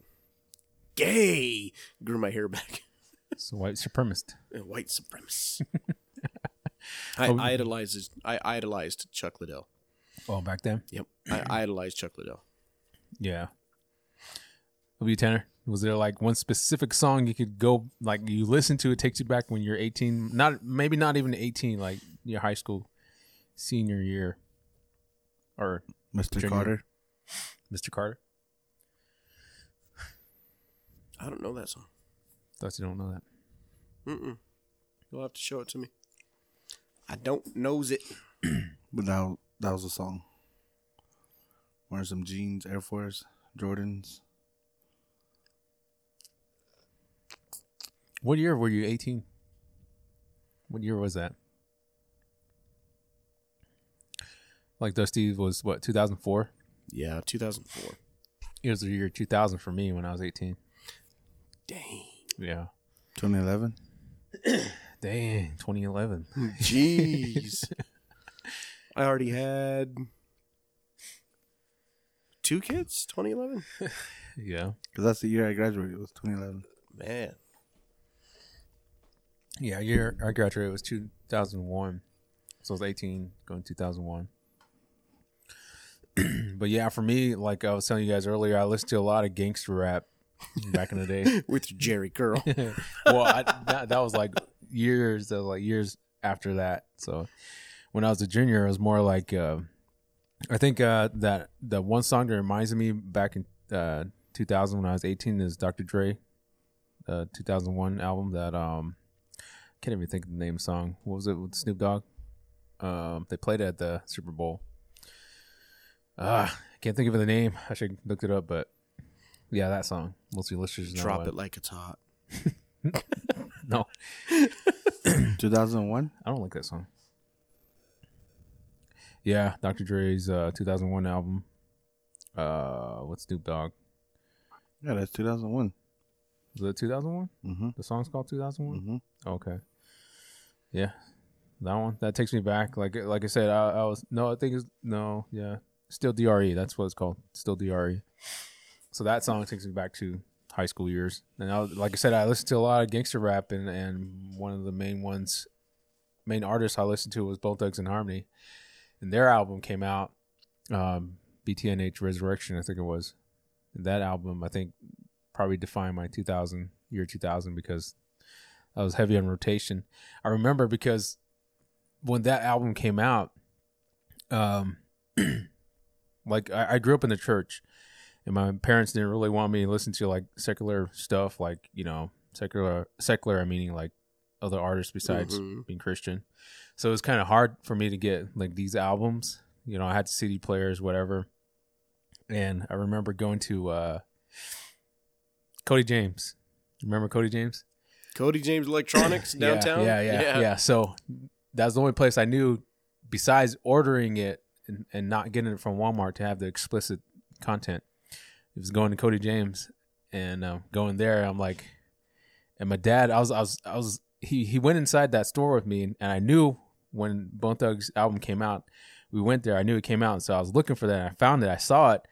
S6: gay, grew my hair back. [laughs]
S5: So white supremacist.
S6: And White supremacist. I idolized, I idolized Chuck Liddell.
S5: Oh, back then.
S6: Yep, I idolized Chuck Liddell.
S5: Yeah. What about you, Tanner? Was there like one specific song you could go like you listen to? It takes you back when you're 18. Not maybe not even 18, like your high school senior year, or
S4: Mr.
S5: Junior.
S4: Carter.
S5: Mr. Carter.
S6: I don't know that song.
S5: Thought you don't know that.
S6: Mm-mm. You'll have to show it to me. I don't knows it.
S4: But now that was a song. Wearing some jeans, Air Force, Jordans.
S5: What year were you 18? What year was that? Like Dusty was what 2004.
S6: Yeah,
S5: [laughs]
S6: 2004.
S5: It was the year 2000 for me when I was 18.
S6: Dang.
S5: Yeah.
S4: 2011.
S5: Dang. 2011. [laughs]
S6: Jeez. I already had two kids, 2011.
S5: yeah.
S4: Because that's the year I graduated. It was 2011.
S6: Man.
S5: Yeah, year I graduated was two thousand one, so I was eighteen going two thousand one. [clears throat] but yeah, for me, like I was telling you guys earlier, I listened to a lot of gangster rap back in the day.
S6: With your
S5: [laughs]
S6: Jerry girl.
S5: well, I, that, that was like years, that was like years after that. So when I was a junior, it was more like uh, I think uh, that the one song that reminds me back in uh, two thousand when I was eighteen is Dr. Dre, uh, two thousand one album that um can't even think of the name of the song. What was it with Snoop Dogg? Um, they played it at the Super Bowl. Ah, can't think of the name. I should look it up, but yeah, that song. Mostly listeners know
S6: Drop it like it's hot.
S5: [laughs] No,
S4: 2001.
S5: I don't like that song. Yeah, Dr. Dre's uh, 2001 album. Uh, what's Snoop Dogg?
S4: Yeah, that's 2001.
S5: Was it 2001?
S4: Mm-hmm.
S5: The song's called 2001.
S4: Mhm.
S5: Okay. Yeah, that one that takes me back. Like like I said, I, I was no, I think it's no, yeah, still Dre. That's what it's called, still Dre. So that song takes me back to high school years. And I, was- like I said, I listened to a lot of gangster rap, and and one of the main ones, main artists I listened to was Bone Thugs and Harmony, and their album came out, um, BTNH Resurrection, I think it was. And that album, I think, probably defined my 2000 year 2000 because I was heavy on rotation. I remember because when that album came [clears throat] out, um, like I, I grew up in the church, and my parents didn't really want me to listen to like secular stuff, like you know, secular secular meaning like other artists besides
S6: Mhm.
S5: being Christian. So it was kind of hard for me to get like these albums. You know, I had CD players, whatever. And I remember going to uh, Cody James. Remember Cody James?
S6: Cody James Electronics
S5: [laughs] Yeah,
S6: downtown.
S5: Yeah, yeah, yeah. So that's the only place I knew, besides ordering it and, and not getting it from Walmart to have the explicit content. It was going to Cody James and um, going there. I'm like, and my dad. I was, I was, I was. He he went inside that store with me, and, I knew when Bone Thugs album came out. We went there. I knew it came out, so I was looking for that. And I found it. I saw it.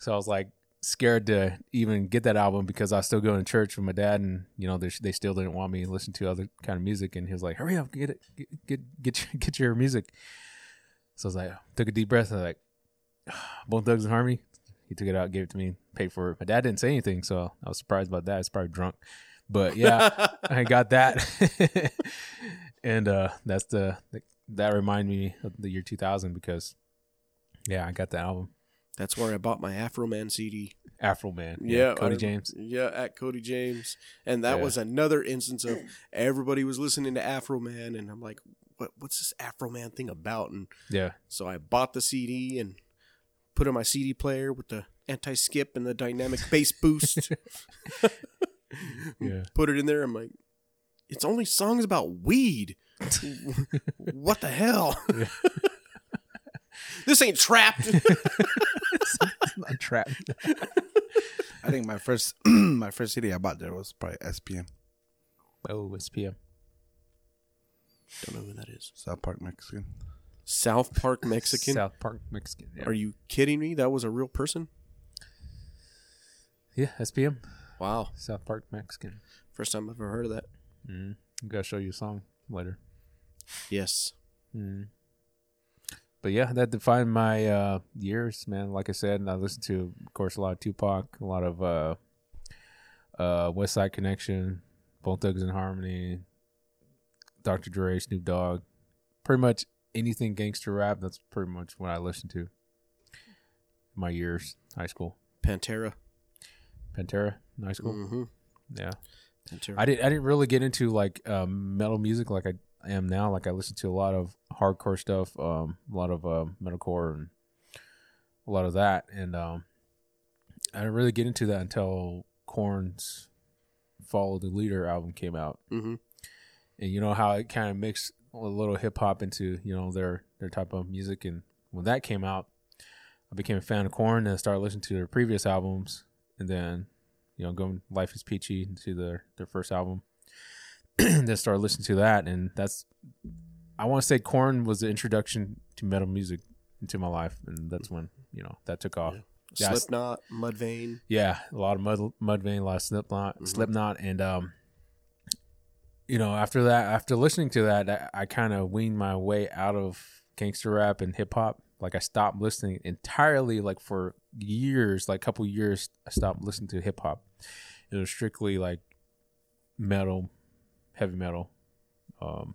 S5: So I was like scared to even get that album because I was still going to church with my dad, and you know they, they still didn't want me to listen to other kind of music. And he was like, "Hurry up, get it, get get get your, [laughs] get your music." So I was like, took a deep breath, and I was like, [sighs] "Bone Thugs and Harmony." He took it out, gave it to me, paid for it. My dad didn't say anything, so I was surprised about that. He's probably drunk, but yeah,
S6: [laughs]
S5: I got that, [laughs] and uh, that's the that reminded me of the year 2000 because yeah, I got that album.
S6: That's where I bought my Afro Man CD.
S5: Afro Man,
S6: Yeah,
S5: Cody
S6: I-
S5: James.
S6: Yeah, at Cody James, and that
S5: Yeah.
S6: was another instance of everybody was listening to Afro Man, and I'm like, what What's this Afro Man thing about? And
S5: Yeah,
S6: so I bought the CD and put in my CD player with the anti skip and the dynamic bass [laughs] boost.
S5: yeah.
S6: put it in there. I'm like, it's only songs about [laughs] weed. what the [laughs] hell? this ain't trapped.
S5: not trap.
S4: I think my first [clears throat] my first CD I bought there was probably SPM
S5: Oh, it's PM.
S6: [laughs] Don't know who that is.
S4: South Park Mexican.
S6: South Park Mexican.
S5: South Park Mexican. Yeah,
S6: Are you kidding me? That was a real person?
S5: yeah that's PM.
S6: Wow.
S5: South Park Mexican.
S6: First time I've ever heard of that.
S5: Mm. I'm gonna show you a song later.
S6: Yes.
S5: Mm. But yeah, that defined my uh, years, man. Like I said, and I listened to, of course, a lot of Tupac, a lot of uh, uh, West Side Connection, Bone Thugs and Harmony, Dr. Dre, Snoop Dogg, pretty much anything gangster rap. That's pretty much what I listened to. My years, high school,
S6: Pantera.
S5: Pantera, in high school.
S6: Mm-hmm.
S5: Yeah.
S6: Pantera.
S5: I didn't I didn't really get into like um, metal music like I am now. Like I listen to a lot of hardcore stuff, um, a lot of uh, metalcore and a lot of that. And um, I didn't really get into that until Korn's "Follow the Leader" album came out.
S6: mm-hmm.
S5: And you know how it kind of mixed a little hip hop into you know their their type of music. And when that came out, I became a fan of Korn and I started listening to their previous albums. And then you know, going Life is Peachy into their their first album. [clears throat] then started listening to that, and that's I want to say Korn was the introduction to metal music into my life, and that's when you know that took off. Yeah, I s-
S6: Slipknot, Mudvayne.
S5: Yeah, a lot of mud Mudvayne, a lot of Slipknot, Slipknot, and um, you know, after that, after listening to that, I, I kind of weaned my way out of gangster rap and hip hop. Like I stopped listening entirely, like for years, like a couple years, I stopped listening to hip hop. It was strictly like metal, heavy metal, um,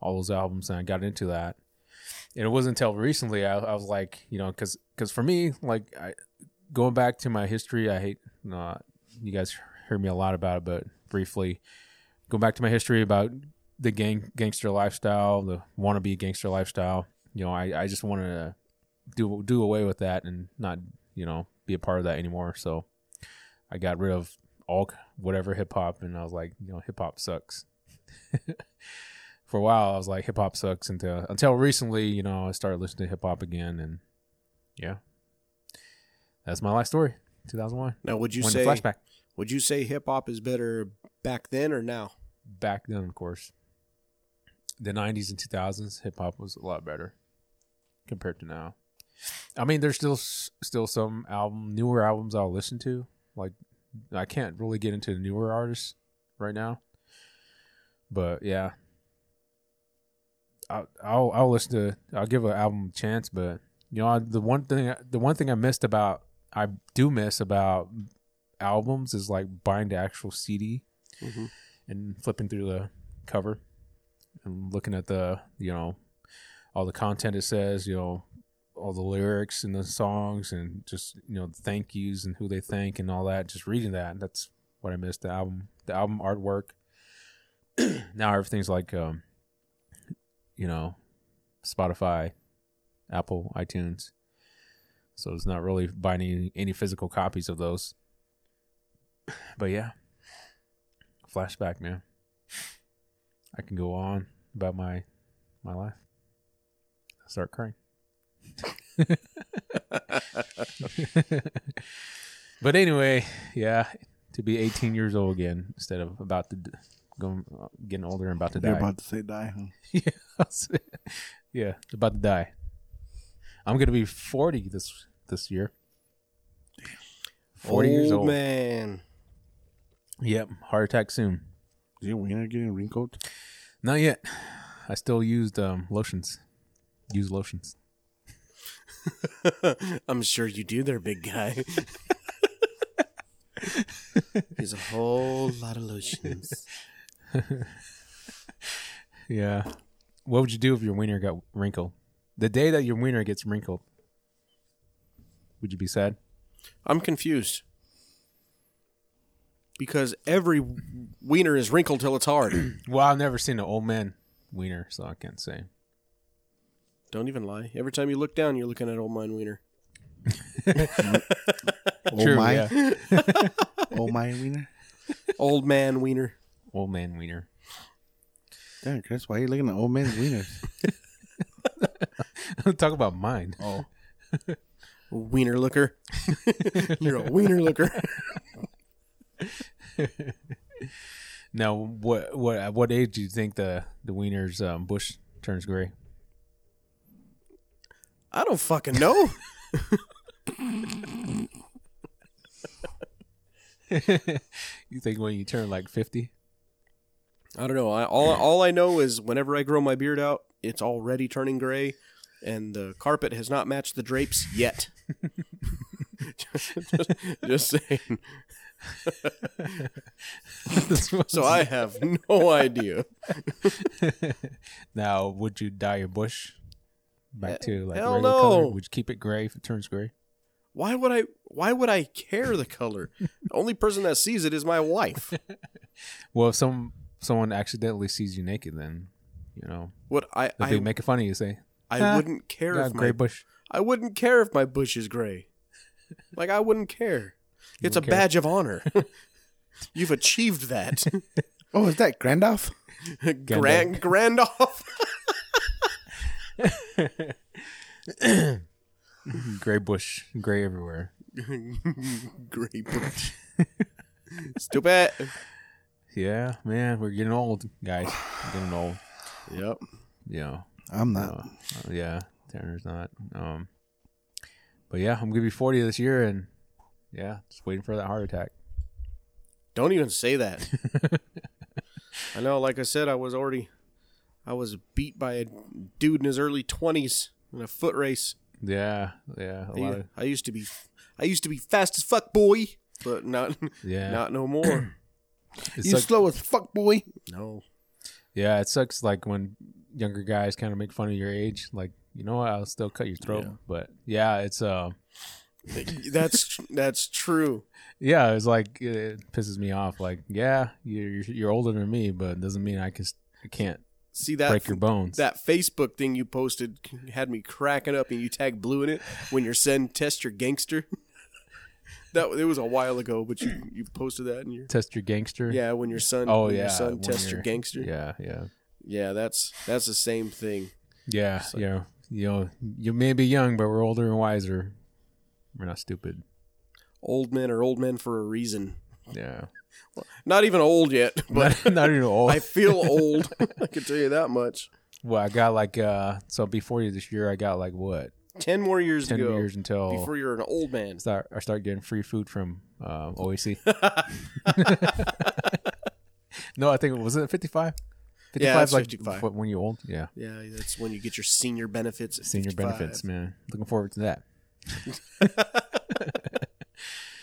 S5: all those albums, and I got into that. And it wasn't until recently I, I was like, you know, because because for me, like I, going back to my history, I hate not you guys heard me a lot about it, but briefly going back to my history about the gang gangster lifestyle, the wannabe gangster lifestyle. You know, I, I just want to do do away with that and not you know be a part of that anymore. So I got rid of all k- whatever hip hop, and I was like, you know, hip hop sucks. [laughs] For a while, I was like, hip hop sucks until until recently. You know, I started listening to hip hop again, and yeah, that's my life story. 2001.
S6: Now, would you
S5: when
S6: say
S5: the flashback
S6: would you say hip hop is better back then or now?
S5: back then, of course, the 90s and 2000s, hip hop was a lot better compared to now. I mean, there's still s- still some album newer albums I'll listen to. Like, I can't really get into the newer artists right now, but yeah, I'll I'll, I'll listen to I'll give an album a chance. But you know, I, the one thing the one thing I missed about I do miss about albums is like buying the actual CD and flipping through the cover and looking at the you know all the content it says you know all the lyrics and the songs and just you know the thank yous and who they thank and all that. Just reading that that's what I missed. The album, the album artwork. [clears throat] now everything's like, um, you know, Spotify, Apple, iTunes. So it's not really buying any, any physical copies of those. But yeah, flashback, man. I can go on about my my life. I start crying. [laughs] but anyway, yeah, to be 18 years old again instead of about to d- going getting older and about to
S4: You're
S5: die.
S4: about to say die, huh?
S5: yeah, [laughs] yeah, about to die. I'm gonna be 40 this this year. 40 years old.
S6: Oh, man.
S5: Yep, heart attack soon.
S4: Is your wiener getting wrinkled?
S5: Not yet. I still used um, lotions. Use lotions.
S6: I'm sure you do there, big [laughs] guy. There's a whole lot of lotions.
S5: Yeah. What would you do if your wiener got wrinkled? The day that your wiener gets wrinkled, would you be sad?
S6: I'm confused. Because every wiener is wrinkled till it's hard. [clears throat]
S5: Well, I've never seen an old man wiener, so I can't say.
S6: Don't even lie. Every time you look down, you're looking at old mine wiener.
S4: Oh
S5: [laughs] True,
S4: my,
S5: yeah.
S4: [laughs] oh my wiener.
S6: Old man wiener.
S5: Old man wiener. [laughs]
S4: Damn, Chris, why are you looking at old man's wieners?
S5: Talk about mine.
S4: Oh,
S6: Wiener looker. [laughs] you're a wiener looker.
S5: Now, what what at what age do you think the the wiener's um, bush turns gray? [laughs]
S6: I don't fucking know.
S5: you think when you turn like fifty? [laughs]
S6: I don't know. I, all all I know is whenever I grow my beard out, it's already turning gray, and the carpet has not matched the drapes yet. [laughs] just, just saying. So I have no idea.
S5: now, would you dye your bush back to like
S6: hell
S5: regular color?
S6: no.
S5: Would you keep it gray if it turns gray?
S6: Why would I? Why would I care the color? The only person that sees it is my wife.
S5: Well, if some someone accidentally sees you naked, then you know
S6: What I
S5: they'll be
S6: I,
S5: making fun of you. Say,
S6: I
S5: "Ah,
S6: wouldn't care
S5: got
S6: if
S5: a gray
S6: my
S5: bush.
S6: I wouldn't care if my bush is gray. Like I wouldn't care. it's a
S5: wouldn't care?
S6: badge of honor. [laughs] You've achieved
S5: [laughs]
S6: that.
S4: [laughs] oh, is that Gandalf?
S6: Grand Grandolph.
S5: Gray bush, gray everywhere.
S6: Great bush. [laughs] Stupid.
S5: Yeah, man, we're getting old, guys. We're getting old.
S6: Yep.
S5: Yeah.
S4: I'm not.
S5: Uh, yeah, Tanner's not. Um, but yeah, I'm gonna be 40 this year, and yeah, just waiting for that heart attack.
S6: Don't even say that. I know, like I said, I was already I was beat by a dude in his early twenties in a foot race.
S5: Yeah, yeah, a lot of,
S6: I used to be I used to be fast as fuck boy. But not
S5: yeah.
S6: not no more.
S5: it
S4: You
S5: sucks,
S4: slow as fuck, boy.
S6: no.
S5: yeah, it sucks. Like when younger guys kind of make fun of your age. Like you know what, I'll still cut your throat. But yeah, it's uh,
S6: That's that's true.
S5: yeah, it's like it pisses me off. Like yeah, you're you're older than me, but it doesn't mean I can I can't
S6: See that
S5: break your bones.
S6: that Facebook thing you posted had me cracking up, and you tagged Blue in it when you're saying test your gangster. [laughs] that it was a while ago, but you you posted that and your
S5: Test your gangster.
S6: yeah when your son
S5: Oh
S6: when
S5: yeah.
S6: your son
S5: when
S6: tests your
S5: you're-
S6: gangster yeah.
S5: Yeah, yeah.
S6: that's that's the same thing
S5: Yeah, yeah. You know, you may be young, but we're older and wiser. We're not stupid.
S6: old men are old men for a reason
S5: Yeah,
S6: not even old yet [laughs] but
S5: not, not even old.
S6: I feel old [laughs] I can tell you that much
S5: well, I got like uh, so before you this year, I got like what
S6: ten more years
S5: ten
S6: to go
S5: years until
S6: before you're an old man
S5: start I start getting free food from uh,
S6: [laughs]
S5: OAC. no, I think it was it fifty five.
S6: Yeah, it's 55.
S5: when you're old. Yeah,
S6: yeah that's when you get your senior benefits at
S5: senior
S6: 55.
S5: benefits, man. Looking forward to that.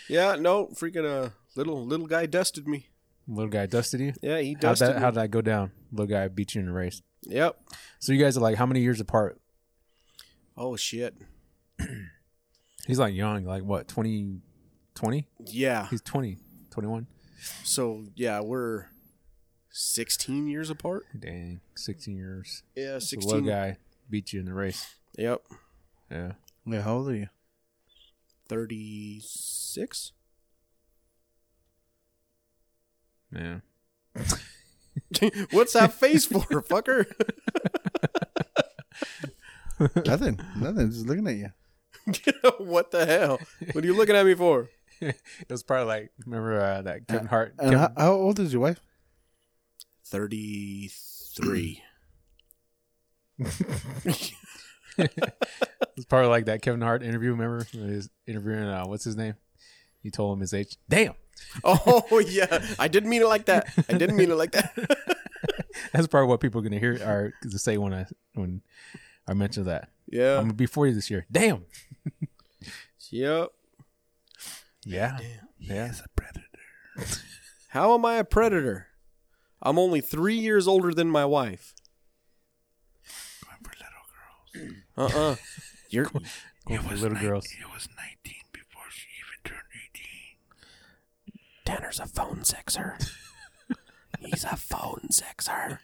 S6: yeah no freaking uh little little guy dusted me
S5: Little guy dusted you.
S6: yeah he
S5: How'd
S6: dusted
S5: that,
S6: me.
S5: how'd that go down? Little guy beat you in a race.
S6: Yep.
S5: So you guys are like how many years apart?
S6: Oh shit.
S5: He's like young, like what, 20, 20?
S6: Yeah.
S5: He's 20, 21.
S6: So yeah, we're 16 years apart.
S5: Dang, 16 years.
S6: Yeah,
S5: The low
S6: 16.
S5: guy beat you in the race.
S6: Yep.
S5: Yeah.
S4: Yeah, how old are you?
S6: 36.
S5: Yeah.
S6: [laughs] What's that
S5: [laughs]
S6: face for, fucker?
S4: [laughs]
S6: [laughs]
S4: nothing. Nothing. Just looking at you.
S6: what the hell? What are you looking at me for?
S5: It was probably like, remember uh, that Kevin Hart?
S4: And
S5: Kevin-
S4: how, how old is your wife?
S5: [clears throat]
S6: 33.
S5: It's probably like that Kevin Hart interview. Remember He was interviewing uh, what's his name? He told him his age. Damn,
S6: oh yeah, I didn't mean it like that. I didn't mean it like that.
S5: [laughs] that's probably what people are gonna hear or to say when I when I mention that.
S6: yeah.
S5: I'm gonna be 40 this year. Damn.
S6: yep.
S5: Yeah. Yeah.
S4: It's a predator.
S6: How am I a predator? I'm only three years older than my wife.
S4: Going for little
S6: Uh [clears throat] uh You're
S5: Going for little girls.
S4: It was 19 before she even turned 18.
S6: Tanner's a phone sexer. He's a phone sexer.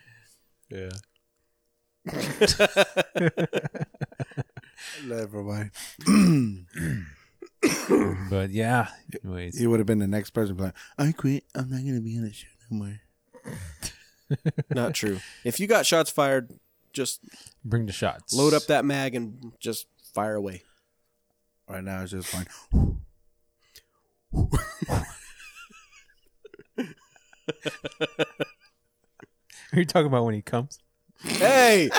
S5: Yeah.
S4: Never mind.
S5: But yeah. Anyways.
S4: You would have been the next person. Like, I quit. I'm not gonna be on the show no more.
S6: Not true. If you got shots fired, just
S5: Bring the shots.
S6: load up that mag and just fire away.
S4: Right now it's just fine.
S5: [laughs] Are you talking about when he comes?
S6: Hey!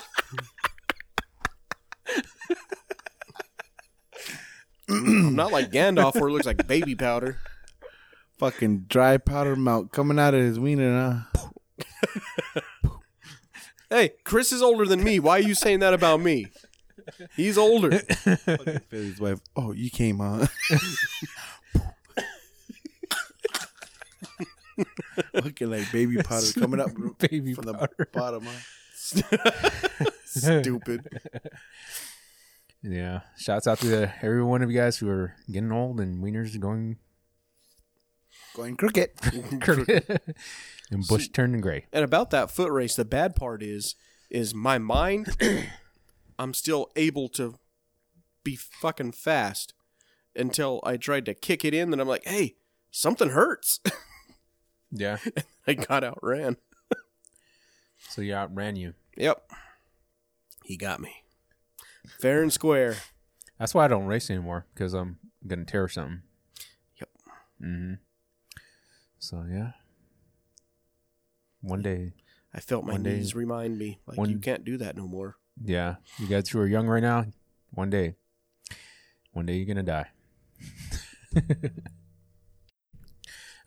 S6: I'm not like Gandalf where it looks like baby powder.
S4: Fucking dry powder melt coming out of his wiener. Huh?
S6: Hey, Chris is older than me. Why are you saying that about me? He's older.
S4: Feel his wife. Oh, you came, huh? [laughs] Looking like baby
S5: [laughs]
S4: powder coming up from
S5: Baby
S4: the
S5: powder.
S4: bottom. Huh?
S5: [laughs]
S6: Stupid.
S5: Yeah. Shouts out to the, every one of you guys who are getting old and wieners are going
S4: Going
S5: [laughs]
S4: crooked.
S5: and bush turning gray.
S6: And about that foot race, the bad part is, is my mind.
S5: [clears throat]
S6: I'm still able to be fucking fast until I tried to kick it in. Then I'm like, hey, something hurts. [laughs]
S4: [laughs]
S5: Yeah.
S6: I got outran.
S5: So you outran you.
S6: Yep, he got me fair and square.
S5: That's why I don't race anymore because I'm gonna tear something.
S6: Yep.
S5: Mm-hmm. So yeah. One day,
S6: I felt my
S5: One day-
S6: knees remind me like
S5: one-
S6: you can't do that no more.
S5: yeah, you guys who are young right now, one day, one day you're gonna die. [laughs]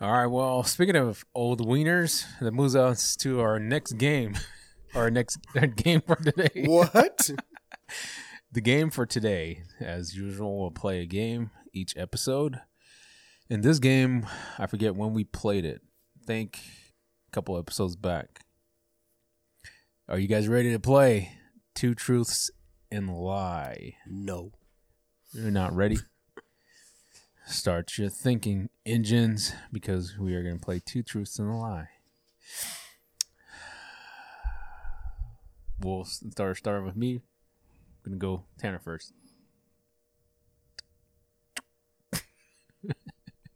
S5: All right. Well, speaking of old wieners, that moves us to our next game, [laughs] our next [laughs] game for today.
S6: What?
S5: The game for today, as usual, we'll play a game each episode. In this game, I forget when we played it. Think a couple episodes back. Are you guys ready to play Two Truths and a Lie?
S6: [laughs] no.
S5: You're not ready? Start your thinking engines because we are going to play Two Truths and a Lie. We'll s- start starting with me. I'm going to go Tanner first.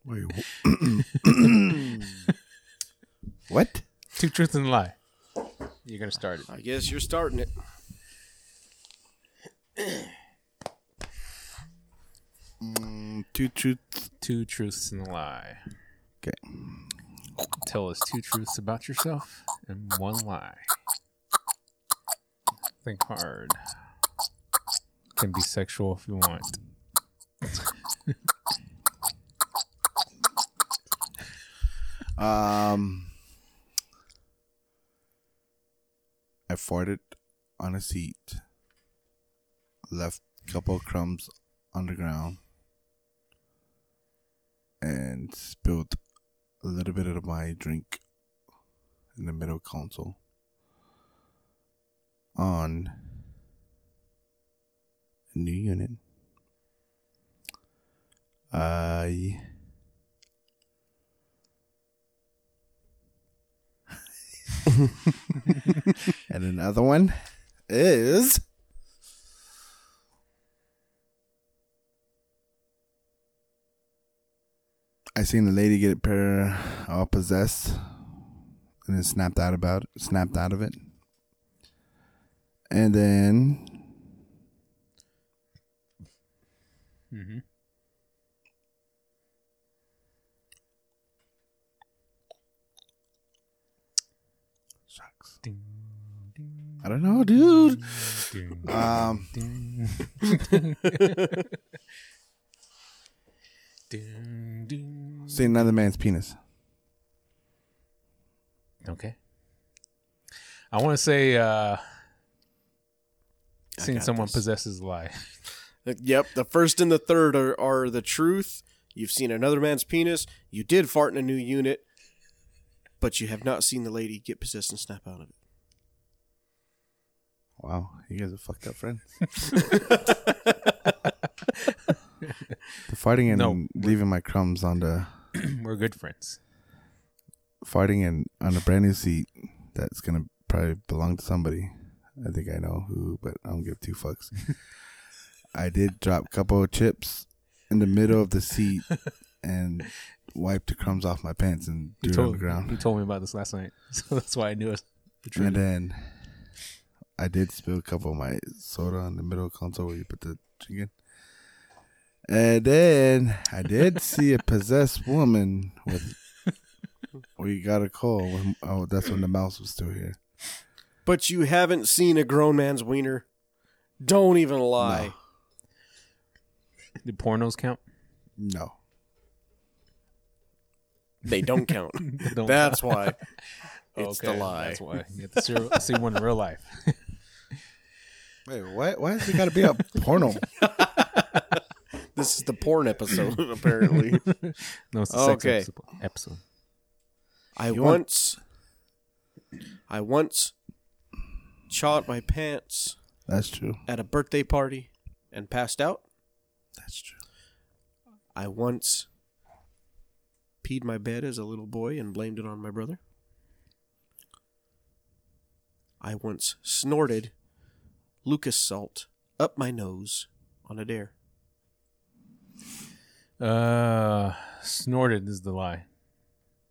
S4: Wait, wh- what?
S5: Two truths and a lie. You're gonna start it.
S6: I guess you're starting it.
S4: Two truths.
S5: Two truths and a lie.
S4: Okay.
S5: Tell us two truths about yourself and one lie. Think hard. Can be sexual if you want.
S4: Um, I farted on a seat. Left a couple crumbs on the ground, and spilled a little bit of my drink in the middle console on a new unit. I. and another one is. I seen a lady get a pair all possessed and then snapped out about snapped out of it. And then Shucks. I don't know, dude. Um,
S5: Ding, ding.
S4: seen another man's penis.
S5: Okay. I want to say, uh, seeing someone possesses a lie. [clears throat]
S6: Yep, the first and the third are, are the truth. You've seen another man's penis. You did fart in a new unit, but you have not seen the lady get possessed and snap out of it.
S4: Wow, you guys are fucked up friends. the farting and
S5: No.
S4: leaving my crumbs on the
S5: We're good friends.
S4: farting and on a brand new seat that's gonna probably belong to somebody. I think I know who, but I don't give two
S5: [laughs]
S4: fucks. I did drop a couple of chips in the middle of the seat
S5: [laughs]
S4: and wiped the crumbs off my pants and threw
S5: You
S4: it on the
S5: told, you
S4: ground.
S5: told me about this last night, [laughs] so that's why I knew it.
S4: And then I did spill a couple of my soda on the middle console where you put the drink in. And then I did see a possessed woman with. We got a call. When, oh, that's when the mouse was still here.
S6: But you haven't seen a grown man's wiener. Don't even lie.
S5: The pornos count?
S4: No.
S6: They don't count.
S5: Don't
S6: That's why.
S5: count.
S6: It's the lie.
S5: That's why you have to see, see one in real life. [laughs]
S4: Wait, what? Why does it got to be a porno?
S6: This is the porn episode, apparently.
S5: No, it's the
S6: Okay.
S5: sex episode- episode.
S6: I once, I once, chawed my pants
S4: [laughs] That's true.
S6: at a birthday party and passed out.
S4: That's true.
S6: I once peed my bed as a little boy and blamed it on my brother. I once snorted Lucas salt up my nose on a dare.
S5: Uh, snorted is the lie.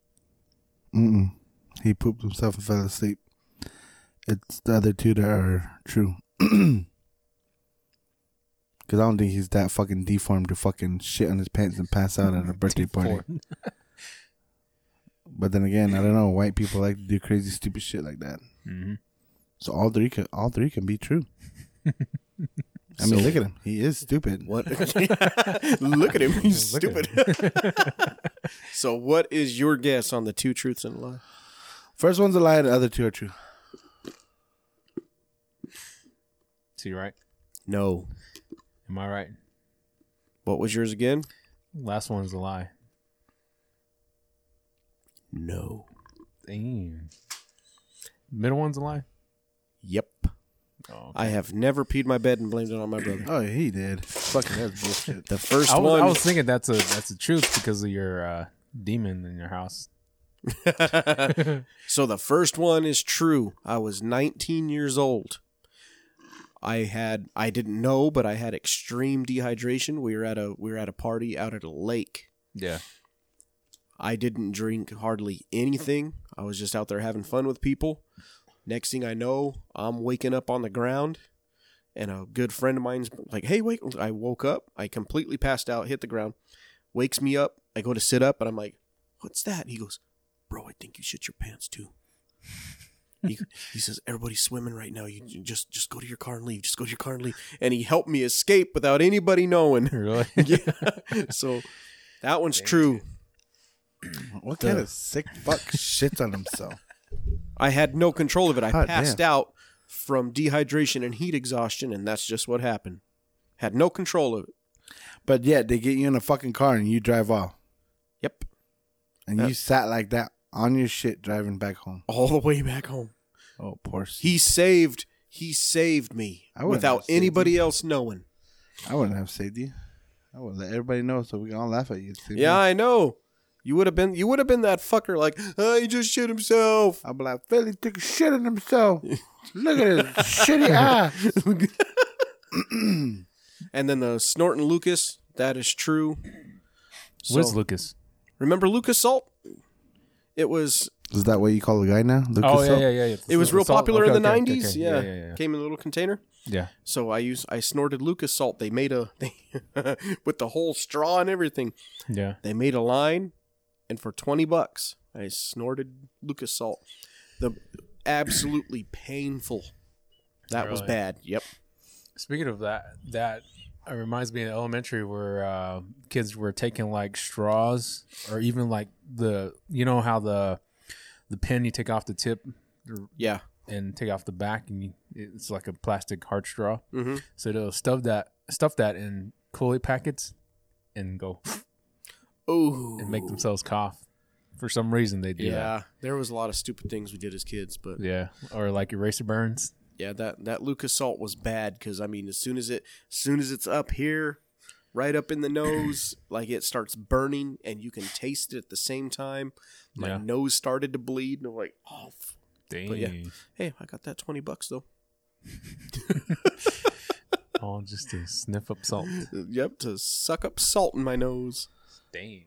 S5: [laughs]
S4: Mm-mm. He pooped himself and fell asleep. It's the other two that are true. [clears throat] Because I don't think he's that fucking deformed to fucking shit on his pants and pass out at a birthday party.
S5: Porn.
S4: But then again, I don't know. White people like to do crazy, stupid shit like that.
S5: Mhm.
S4: So all three can all three can be [laughs] true. I mean, look at him. He is stupid.
S6: What? Look at him. He's
S5: [laughs]
S6: stupid. so, what is your guess on the two truths and a lie?
S4: [laughs] First one's a lie. The other two are true.
S5: So you're right.
S6: No.
S5: Am I right?
S6: What was yours again?
S5: Last one is a lie.
S6: No.
S5: Damn. Middle one's a lie.
S6: Yep.
S5: Oh,
S6: I have never peed my bed and blamed it on
S5: [clears throat]
S6: my brother.
S4: Oh, he did. Fucking that's bullshit.
S6: The first
S5: I was,
S6: one.
S5: I was thinking that's a that's the truth because of your uh, demon in your house.
S6: So the first one is true. I was 19 years old. I had I didn't know, but I had extreme dehydration. We were at a we were at a party out at a lake.
S5: Yeah.
S6: I didn't drink hardly anything. I was just out there having fun with people. Next thing I know, I'm waking up on the ground and a good friend of mine's like, "Hey, wake." I woke up. I completely passed out, hit the ground. Wakes me up. I go to sit up and I'm like, "What's that?" He goes, "Bro, I think you shit your pants too." he, he says, "Everybody's swimming right now. You you just just go to your car and leave. Just go to your car and leave." And he helped me escape without anybody knowing.
S5: [laughs]
S6: [laughs]
S5: Really?
S6: yeah. So that one's true.
S4: What kind of sick fuck shits on himself?
S6: I had no control of it. I
S4: Hot
S6: passed
S4: damn.
S6: out from dehydration and heat exhaustion, and that's just what happened. Had no control of it.
S4: But yet they get you in a fucking car and you drive off,
S6: Yep.
S4: and you sat like that on your shit driving back home.
S6: All the way back home.
S4: Oh, poor. s-
S6: He saved. He saved me
S4: I wouldn't
S6: without
S4: have saved
S6: anybody else knowing.
S4: I wouldn't have saved you. I would let everybody know so we can all laugh at you. at the same
S6: Yeah,
S4: time.
S6: I know. You would have been you would have been that fucker like, oh, he just shit himself.
S4: I'll be like, Philly took a shit in himself. Look at his shitty eye.
S6: And then the snorting Lucas, that is true. So,
S5: Where's Lucas?
S6: remember Lucas Salt? It was
S4: Is that what you call the guy now? Lucas
S5: Oh yeah,
S4: Salt?
S5: yeah, yeah. yeah.
S6: it was real
S5: Salt.
S6: popular
S5: Okay,
S6: in the
S5: okay, okay,
S6: 90s.
S5: okay.
S6: Yeah.
S5: yeah, yeah.
S6: Came in a little container.
S5: yeah.
S6: So I use I snorted Lucas Salt. They made a [laughs] they with the whole straw and everything.
S5: Yeah.
S6: They made a line, and for twenty bucks, I snorted Lucas Salt. The absolutely painful. That was
S5: Really?
S6: bad. Yep.
S5: Speaking of that, that it reminds me of elementary where uh, kids were taking like straws or even like the you know how the the pin you take off the tip
S6: Yeah.
S5: and take off the back and you, it's like a plastic hard straw.
S6: Mhm.
S5: So they'll stuff that stuff that in Kool-Aid packets and go
S6: Oh.
S5: and make themselves cough. For some reason they do
S6: Yeah. There was a lot of stupid things we did as kids, but
S5: that. Yeah. Or like eraser burns.
S6: yeah, that that Lucas Salt was bad because I mean, as soon as it as soon as it's up here, right up in the nose, like it starts burning and you can taste it at the same time. My
S5: Yeah.
S6: nose started to bleed, and I'm like, oh, f-
S5: Dang.
S6: But yeah. hey, I got that twenty bucks though.
S5: All just to sniff up salt.
S6: Uh, Yep, to suck up salt in my nose.
S5: Dang.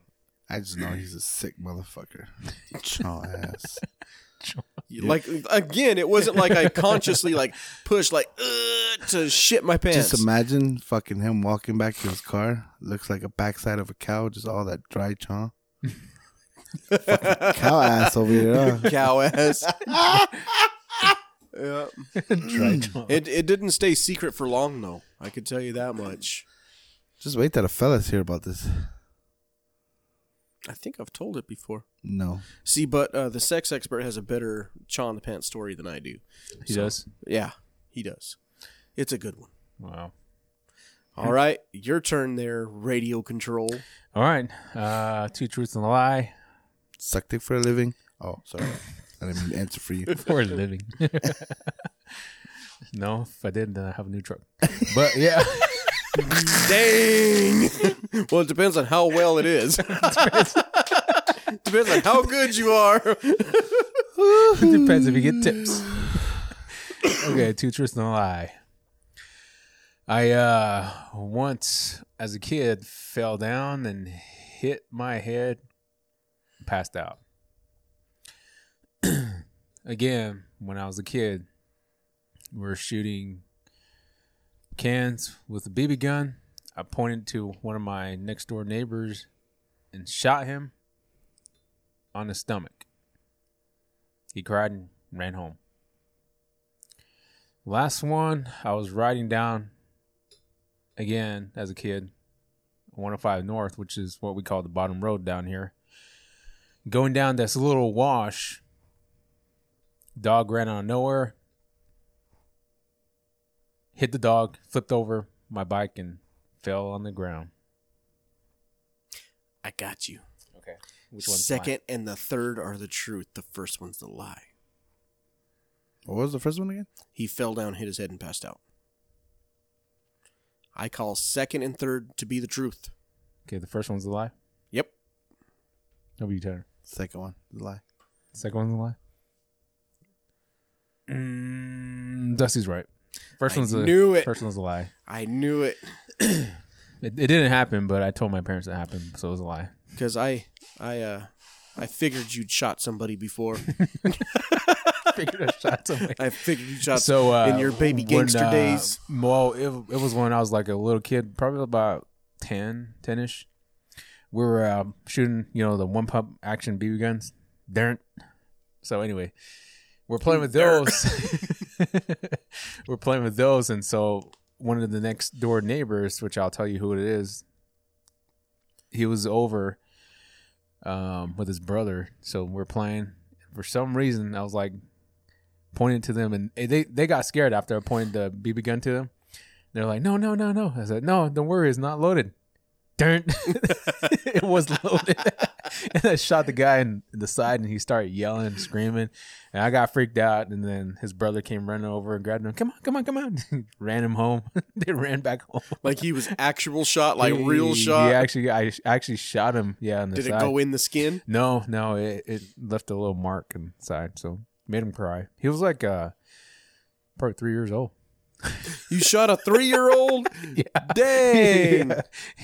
S4: I just know he's a sick motherfucker. Chaw ass.
S6: Like again, it wasn't like I consciously like pushed like "Ugh," to shit my pants.
S4: Just imagine fucking him walking back to his car. Looks like a backside of a cow, just all that dry chaw. Fucking cow ass over here. huh?
S6: [laughs] cow
S4: [laughs]
S6: ass. yeah. Mm. It it didn't stay secret for long though. I could tell you that much.
S4: Just wait till the fellas hear about this.
S6: I think I've told it before.
S4: No.
S6: See, but uh, the sex expert has a better chaw in the pants story than I do.
S5: He
S6: So-
S5: does.
S6: Yeah, he does. It's a good one.
S5: Wow.
S6: All right, your turn there, radio control.
S5: All right. Uh, two truths and a lie
S4: Suck dick for a living. Oh, sorry. I didn't mean to answer for you.
S5: [laughs] for a living. [laughs] no, if I did, then I have a new [laughs] truck. But yeah,
S6: Dang. [laughs] well, it depends on how well [laughs] it is. depends on how good you are.
S5: it depends if you get tips. [laughs] Okay, two truths and a lie. I uh once as a kid fell down and hit my head, passed out. [clears throat] Again, when I was a kid, we were shooting cans with a BB gun. I pointed to one of my next door neighbors and shot him on the stomach. He cried and ran home. Last one, I was riding down again as a kid, 105 North, which is what we call the bottom road down here. Going down this little wash, dog ran out of nowhere, hit the dog, flipped over my bike, and fell on the ground.
S6: I got you.
S5: Okay. Which one's mine?
S6: Second and the third are the truth. The first one's the lie.
S4: What was the first one again?
S6: He fell down, hit his head, and passed out. I call second and third to be the truth.
S5: Okay, the first one's the lie.
S6: Yep.
S5: Nobody you, Tanner?
S4: Second one. The lie.
S5: Second one's a lie. Mm, Dusty's right. First
S6: I
S5: one's a
S6: knew it.
S5: First one's a lie.
S6: I knew it
S5: It, it didn't happen, but I told my parents it happened, so it was a lie. [laughs]
S6: because I, I, uh, I figured you'd shot somebody before.
S5: Figured I shot somebody.
S6: I figured you shot
S5: So uh,
S6: in your baby
S5: when,
S6: gangster
S5: uh,
S6: days.
S5: Well, it, it was when I was like a little kid, probably about 10, 10 ish. We were uh, shooting, you know, the one pump action BB guns. Darn. So anyway, we're playing with those. [laughs] we're playing with those, and so one of the next door neighbors, which I'll tell you who it is, he was over um, with his brother. So we're playing. For some reason, I was like pointing to them, and eh, they they got scared after I pointed the BB gun to them. They're like, "No, no, no, no!" I said, "No, don't worry, it's not loaded." Dern. [laughs] it was loaded. [laughs] and I shot the guy in the side and he started yelling and screaming. And I got freaked out. And then his brother came running over and grabbed him. Come on, come on, come on. [laughs] ran him home. they ran back home.
S6: Like he was actual shot, like real
S5: He-
S6: shot.
S5: He actually, I actually shot him. Yeah. On the
S6: Did it
S5: side.
S6: go in the skin?
S5: No, no, it, it left a little mark inside. So made him cry. He was like uh, probably three years old. [laughs]
S6: You shot a three year old? Dang.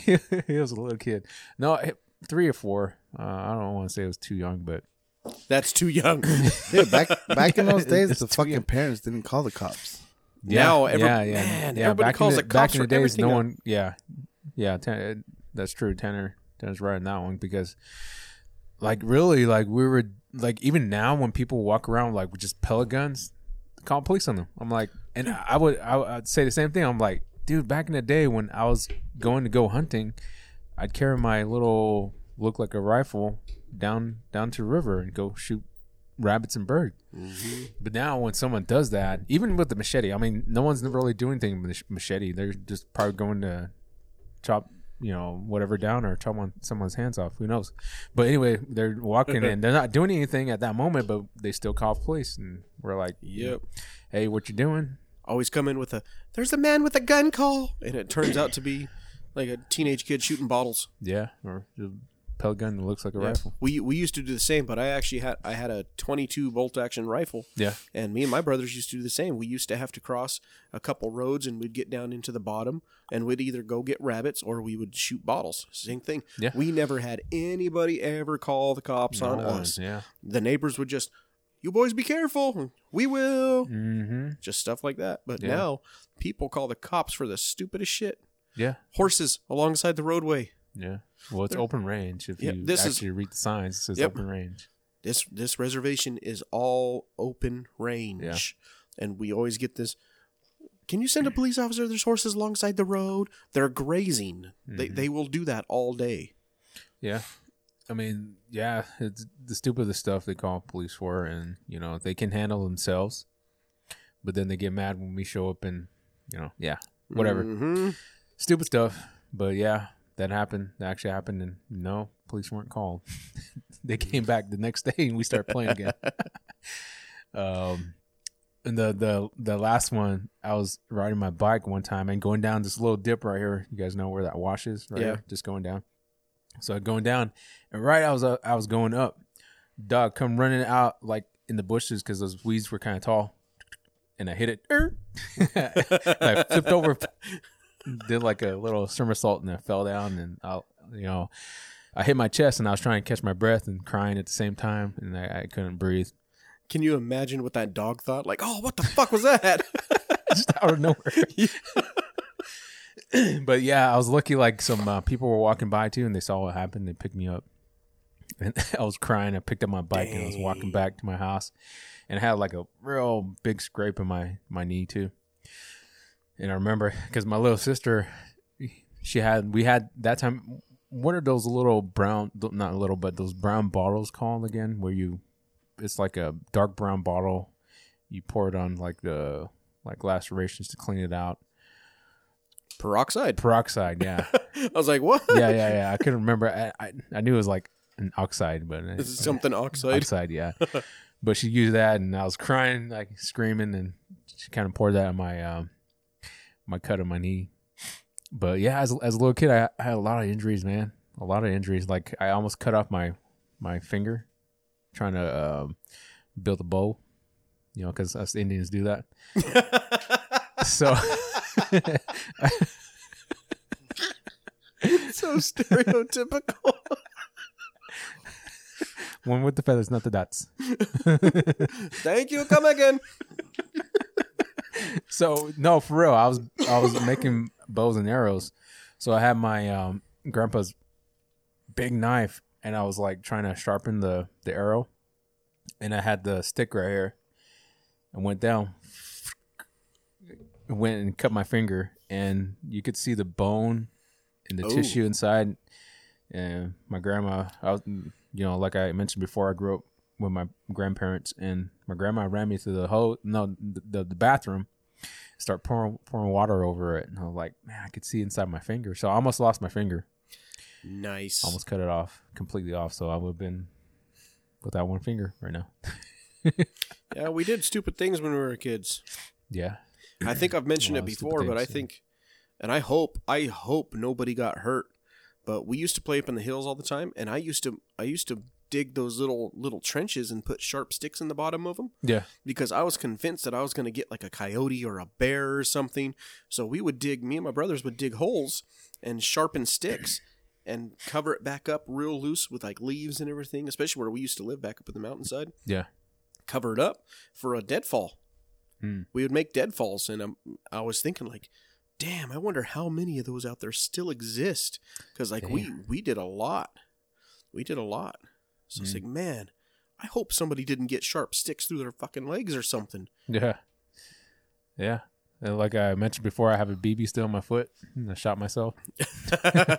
S5: he was a little kid. No, it- three or four. Uh, I don't want to say it was too young, but
S6: That's too young.
S4: Yeah, back back in
S5: [laughs]
S4: those days,
S5: It's
S4: the
S5: too
S4: fucking
S5: young.
S4: parents didn't call the cops.
S5: yeah,
S6: Now every-
S5: yeah, yeah,
S6: man,
S5: yeah.
S6: everybody
S5: back
S6: calls
S5: in the,
S6: the
S5: back
S6: cops
S5: in the
S6: for
S5: days, no
S6: everything now.
S5: one. Yeah, yeah. Tan- that's true. Tanner, Tanner's right on that one because, like, really, like we were like even now when people walk around like with just pellet guns, call police on them. I'm like, and I would I, I'd say the same thing. I'm like, dude, back in the day when I was going to go hunting, I'd carry my little look like a rifle down down to the river and go shoot rabbits and birds. But now when someone does that, even with the machete, I mean, no one's really doing anything with the machete. They're just probably going to chop, you know, whatever down or chop on someone's hands off. Who knows? But anyway, they're walking and they're not doing anything at that moment, but they still call police and we're like,
S6: Yep.
S5: hey, what you doing?
S6: Always come in with a, there's a man with a gun call. And it turns out to be like a teenage kid shooting bottles.
S5: Yeah, or the pellet gun that looks like a rifle.
S6: We, we used to do the same, but I actually had I had a 22 bolt action rifle.
S5: Yeah.
S6: And me and my brothers used to do the same. We used to have to cross a couple roads and we'd get down into the bottom and we'd either go get rabbits or we would shoot bottles. Same thing.
S5: Yeah.
S6: We never had anybody ever call the cops on us.
S5: Yeah.
S6: The neighbors would just, you boys be careful. We will.
S5: Mm-hmm.
S6: Just stuff like that. But
S5: Yeah.
S6: now people call the cops for the stupidest shit.
S5: Yeah.
S6: Horses alongside the roadway.
S5: Yeah. Well, it's open range. If
S6: Yep,
S5: you
S6: this is-
S5: actually read the signs, it says
S6: Yep.
S5: open range.
S6: this this reservation is all open range and we always get this can you send a police officer there's horses alongside the road they're grazing they,
S5: Mm-hmm.
S6: they will do that all day
S5: Yeah. I mean, yeah, it's the stupidest stuff they call police for, and you know they can handle themselves, but then they get mad when we show up and you know, yeah, whatever,
S6: Mhm.
S5: stupid stuff. But yeah, that happened. That actually happened, and no, police weren't called. [laughs] they came back the next day, and we started playing again. um, and the the the last one, I was riding my bike one time and going down this little dip right here. You guys know where that wash is, right?
S6: Yeah.
S5: Here? Just going down. So I'm going down, and right I was uh, I was going up. Dog come running out like in the bushes because those weeds were kind of tall, and I hit it. [laughs] Er. I flipped over, did like a little somersault, and I fell down. And I, you know, I hit my chest, and I was trying to catch my breath and crying at the same time, and I, I couldn't breathe.
S6: can you imagine what that dog thought like oh what the fuck was that [laughs]
S5: just out of nowhere. but yeah, I was lucky. Like some uh, people were walking by too, and they saw what happened. They picked me up, and [laughs] I was crying. I picked up my bike and I was walking back to my house, and I had like a real big scrape in my my knee too. And I remember because my little sister, she had we had that time. What are those little brown? Not little, but those brown bottles called again? Where you, it's like a dark brown bottle. You pour it on like the like lacerations to clean it out.
S6: peroxide
S5: Peroxide, yeah,
S6: i was like what
S5: yeah, yeah, yeah. I couldn't remember. I, I, I knew it was like an oxide, but
S6: [laughs]
S5: uh,
S6: this is something oxide
S5: oxide,
S6: [laughs]
S5: yeah. but she used that, and I was crying, like screaming, and she kind of poured that on my um my cut on my knee. But yeah, as as a little kid, I, I had a lot of injuries, man. A lot of injuries. Like I almost cut off my my finger trying to um, build a bow. You know, because us Indians do
S6: [laughs]
S5: that. so. [laughs]
S6: so stereotypical
S5: One with the feathers, not the dots.
S6: [laughs]
S5: [laughs]
S6: thank you come again
S5: So no, for real, I was I was making bows and arrows. So I had my um, grandpa's big knife, and I was like trying to sharpen the the arrow, and I had the stick right here, and went down, went and cut my finger, and you could see the bone and the
S6: Oh.
S5: tissue inside. And my grandma, I was, you know, like I mentioned before, I grew up with my grandparents, and my grandma ran me to the whole no the, the bathroom start pouring pouring water over it, and I was like, man, I could see inside my finger. So I almost lost my finger.
S6: Nice.
S5: Almost cut it off completely off, so I would have been without one finger right now.
S6: Yeah, we did stupid things when we were kids.
S5: Yeah,
S6: I think I've mentioned
S5: A
S6: it
S5: lot of stupid
S6: before, but I
S5: things, yeah.
S6: think, and I hope, I hope nobody got hurt. But we used to play up in the hills all the time, and I used to, I used to dig those little little trenches and put sharp sticks in the bottom of them
S5: yeah.
S6: because I was convinced that I was going to get like a coyote or a bear or something. So we would dig, me and my brothers would dig holes and sharpen sticks and cover it back up real loose with like leaves and everything, especially where we used to live back up in the mountainside.
S5: Yeah.
S6: Cover it up for a deadfall.
S5: Hmm.
S6: We would make deadfalls, and um, I was thinking like, damn, I wonder how many of those out there still exist because like we we did a lot, we did a lot. So it's like, man, I hope somebody didn't get sharp sticks through their fucking legs or something.
S5: Yeah. Yeah. And like I mentioned before, I have a BB still in my foot. and I shot myself. [laughs] I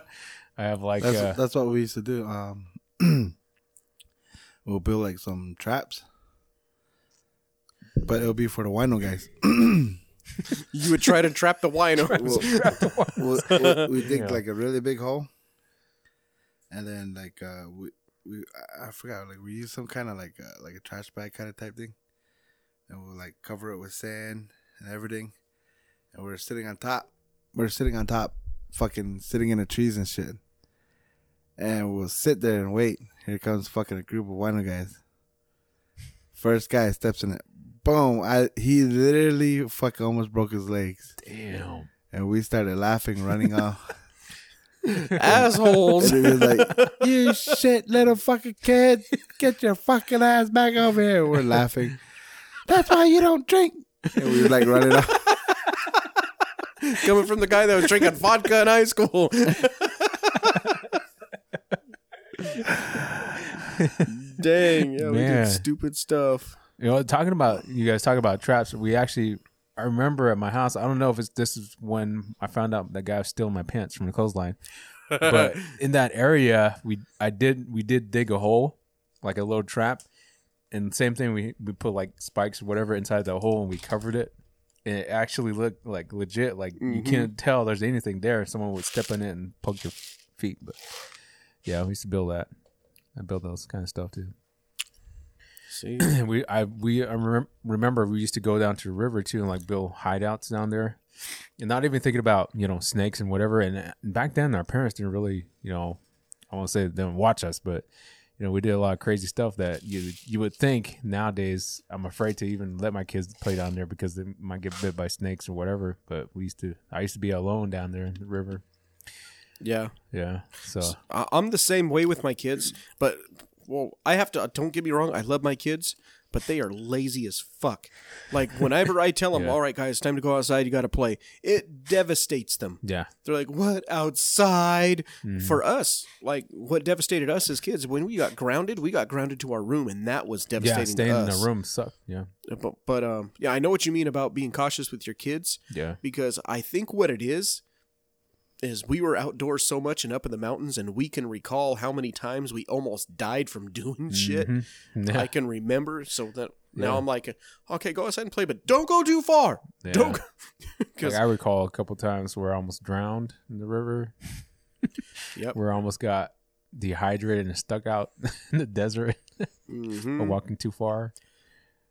S5: have like
S4: That's,
S5: uh,
S4: that's what we used to do. Um, [clears throat] we'll build like some traps, but it'll be for the wino guys. [clears throat]
S6: You would try to [laughs] trap the wino.
S4: We'll, we'll, we'll, we dig like a really big hole, and then like uh, we we I I forgot like we use some kind of like uh, like a trash bag kind of type thing, and we'll like cover it with sand and everything, and we're sitting on top. We're sitting on top, fucking sitting in the trees and shit, and we'll sit there and wait. Here comes fucking a group of wino guys. First guy steps in it. Boom! I he literally fucking almost broke his legs
S5: damn.
S4: and we started laughing, running off.
S6: [laughs] Assholes.
S4: [laughs] And he was like, "You shit, little fucking kid, get your fucking ass back over here." We're laughing. That's why you don't drink. And we were like running off.
S6: Coming from the guy that was drinking vodka in high [laughs] school. [laughs] Dang, yeah, we
S5: Man.
S6: did stupid stuff.
S5: You know, talking about you guys talking about traps. We actually, I remember at my house. I don't know if it's this is when I found out that guy was stealing my pants from the clothesline. But in that area, we I did we did dig a hole, like a little trap, and same thing. We we put like spikes or whatever inside the hole and we covered it. And it actually looked like legit. Like you can't tell there's anything there. Someone would step in it and poke your feet. But yeah, we used to build that. I built those kind of stuff too.
S6: See,
S5: And we I we I remem- remember we used to go down to the river too and like build hideouts down there, and not even thinking about you know snakes and whatever. And uh, back then our parents didn't really you know I won't say they didn't watch us, but you know we did a lot of crazy stuff that you you would think nowadays I'm afraid to even let my kids play down there because they might get bit by snakes or whatever. But we used to I used to be alone down there in the river.
S6: yeah,
S5: Yeah, so
S6: I- I'm the same way with my kids, but well, I have to. Don't get me wrong, I love my kids, but they are lazy as fuck. Like whenever
S5: [laughs]
S6: I tell them,
S5: Yeah.
S6: "All right, guys, time to go outside. You got to play," it devastates them.
S5: yeah, Mm-hmm.
S6: They're like, "What outside?" For us, like what devastated us as kids when we got grounded, we got grounded to our room, and that was devastating.
S5: yeah,
S6: to
S5: staying in
S6: us.
S5: the room sucked. Yeah,
S6: But, but um, yeah, I know what you mean about being cautious with your kids
S5: yeah,
S6: because I think what it is is we were outdoors so much and up in the mountains and we can recall how many times we almost died from [laughs] doing shit.
S5: Mhm. yeah.
S6: I can remember so that now
S5: Yeah.
S6: I'm like okay, go outside and play but don't go too far. Don't go- [laughs]
S5: Like
S6: 'Cause-
S5: I recall a couple times where I almost drowned in the river,
S6: [laughs] Yep.
S5: where I almost got dehydrated and stuck out [laughs] in the desert
S6: Mhm.
S5: for walking too far.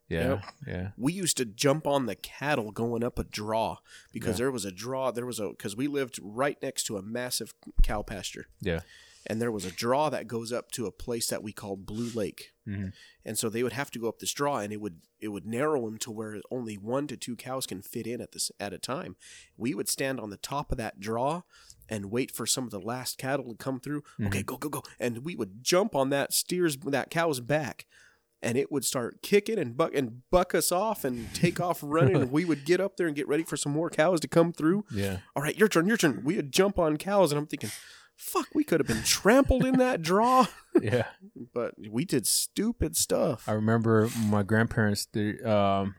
S5: Yeah,
S6: Yep.
S5: yeah,
S6: we used to jump on the cattle going up a draw because there was a draw there was a because we lived right next to a massive cow pasture
S5: yeah,
S6: and there was a draw that goes up to a place that we called blue lake
S5: Mhm.
S6: and so they would have to go up this draw and it would it would narrow them to where only one to two cows can fit in at this at a time we would stand on the top of that draw and wait for some of the last cattle to come through okay go go go and we would jump on that steers that cow's back and it would start kicking and buck and buck us off and take off running and we would get up there and get ready for some more cows to come through
S5: yeah.
S6: all right, your turn, your turn. We would jump on cows, and I'm thinking, fuck, we could have been trampled in that draw. [laughs]
S5: yeah.
S6: But we did stupid stuff.
S5: I remember my grandparents, the um,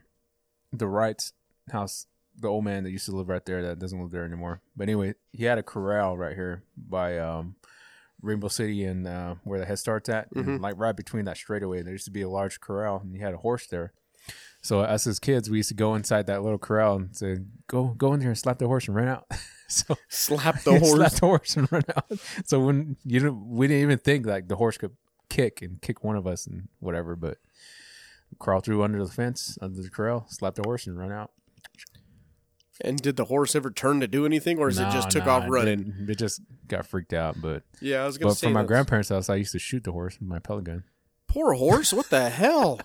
S5: the Wright's house, the old man that used to live right there that doesn't live there anymore. But anyway, he had a corral right here by um, Rainbow City and uh, where the head starts at, and like right between that straightaway, there used to be a large corral, and he had a horse there. So us as kids, we used to go inside that little corral and say, "Go, go in there and slap the horse and run out." [laughs] so [laughs]
S6: Slap the horse.
S5: slap the horse and run out. So when you know, we didn't even think like the horse could kick and kick one of us and whatever, but crawl through under the fence, under the corral, slap the horse and run out.
S6: and did the horse ever turn to do anything, or is it
S5: No,
S6: just took
S5: no,
S6: off
S5: it
S6: running?
S5: didn't. It just got freaked out, but
S6: Yeah, I was gonna
S5: but
S6: say.
S5: from my
S6: that's-
S5: grandparents' house, I used to shoot the horse with my pellet gun.
S6: Poor horse. What
S5: [laughs]
S6: the hell?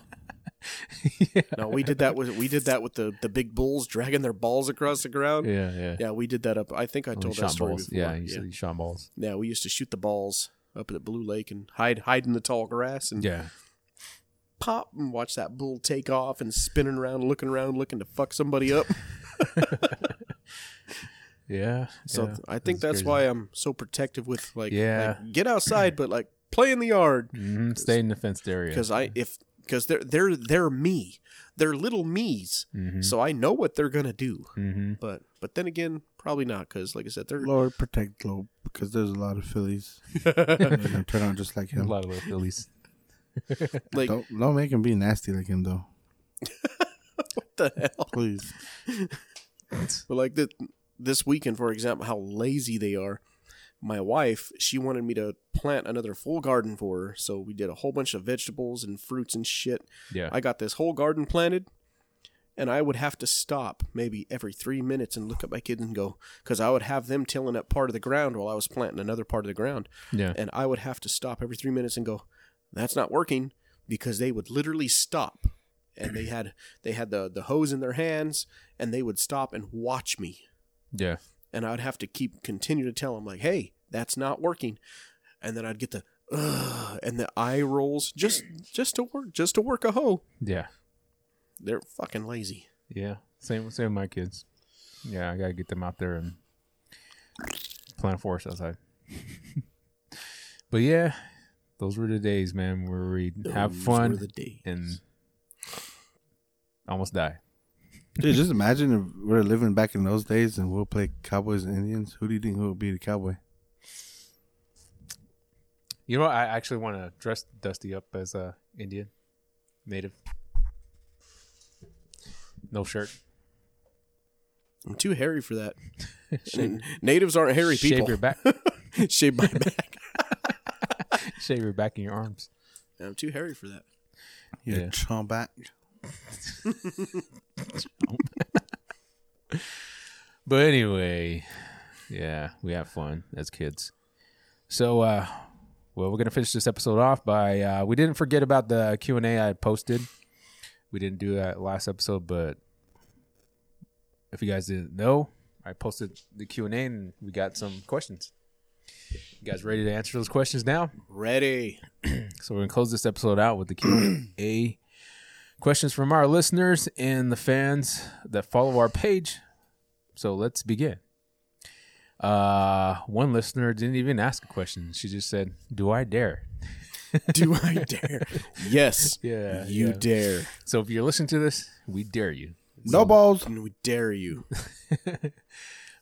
S6: No, we did that with we did that with the the big bulls dragging their balls across the ground.
S5: Yeah, yeah.
S6: Yeah, we did that up. I think I
S5: We
S6: told that
S5: shot
S6: story
S5: balls.
S6: before.
S5: Yeah, you
S6: yeah.
S5: yeah. shot balls.
S6: Yeah, we used to shoot the balls up at Blue Lake and hide hide in the tall grass and
S5: Yeah,
S6: pop and watch that bull take off and spinning around, looking around, looking to fuck
S5: [laughs]
S6: somebody up.
S5: yeah.
S6: So
S5: yeah.
S6: I think that's
S5: crazy.
S6: why I'm so protective with like,
S5: Yeah.
S6: like, get outside, but like play in the yard
S5: Mhm, stay in the fenced area.
S6: because I if because they're they're they're me, they're little me's,
S5: Mm-hmm.
S6: so I know what they're gonna do.
S5: Mhm.
S6: But but then again, probably not because like I said, they're
S4: Lord protect Globe because there's a lot of
S6: [laughs]
S4: Phillies. They're gonna turn out just like
S5: a
S4: him.
S5: lot of little fillies.
S6: like
S4: Don't don't make him be nasty like him though.
S6: [laughs] what the hell.
S4: Please.
S6: But like the, this weekend, for example, how lazy they are. My wife, she wanted me to plant another full garden for her, so we did a whole bunch of vegetables and fruits and shit.
S5: Yeah,
S6: I got this whole garden planted, and I would have to stop maybe every three minutes and look at my kids and go, because I would have them tilling up part of the ground while I was planting another part of the ground,
S5: yeah.
S6: and I would have to stop every three minutes and go, that's not working, because they would literally stop, and they had they had the the hose in their hands, and they would stop and watch me
S5: Yeah.
S6: and I'd have to keep continue to tell him like, "Hey, that's not working," and then I'd get the Ugh, and the eye rolls just just to work just to work a hoe.
S5: Yeah.
S6: They're fucking lazy.
S5: Yeah. Same same with my kids. Yeah, I gotta get them out there and plant forest outside. [laughs] but yeah, those were the days, man, where we have
S6: Those
S5: fun
S6: were the days.
S5: and almost die.
S4: Dude, just imagine if we we're living back in those days and we'll play Cowboys and Indians. Who do you think who would be the cowboy?
S5: You know, what? I actually want to dress Dusty up as a Indian native. No shirt.
S6: I'm too hairy for
S5: [laughs]
S6: that. And natives aren't hairy
S5: Shave
S6: people.
S5: your back.
S6: [laughs] Shave my back.
S5: Shave your back and your arms.
S6: I'm too hairy for that.
S4: You're
S5: Yeah.
S4: yeah. Chomback.
S5: But anyway, yeah, we have fun as kids. So, uh, well, we're gonna finish this episode off by uh, we didn't forget about the Q and A I posted. We didn't do that last episode, but if you guys didn't know, I posted the Q and A and we got some questions. You guys ready to answer those questions now?
S6: Ready?
S5: So we're gonna close this episode out with the Q and A questions from our listeners and the fans that follow our page. So let's begin. Uh, one listener didn't even ask a question. She just said, "Do I dare?"
S6: Do
S5: [laughs]
S6: I dare? Yes.
S5: Yeah,
S6: You
S5: yeah.
S6: dare.
S5: So if you're listening to this, we dare you.
S4: No balls.
S6: And we dare you.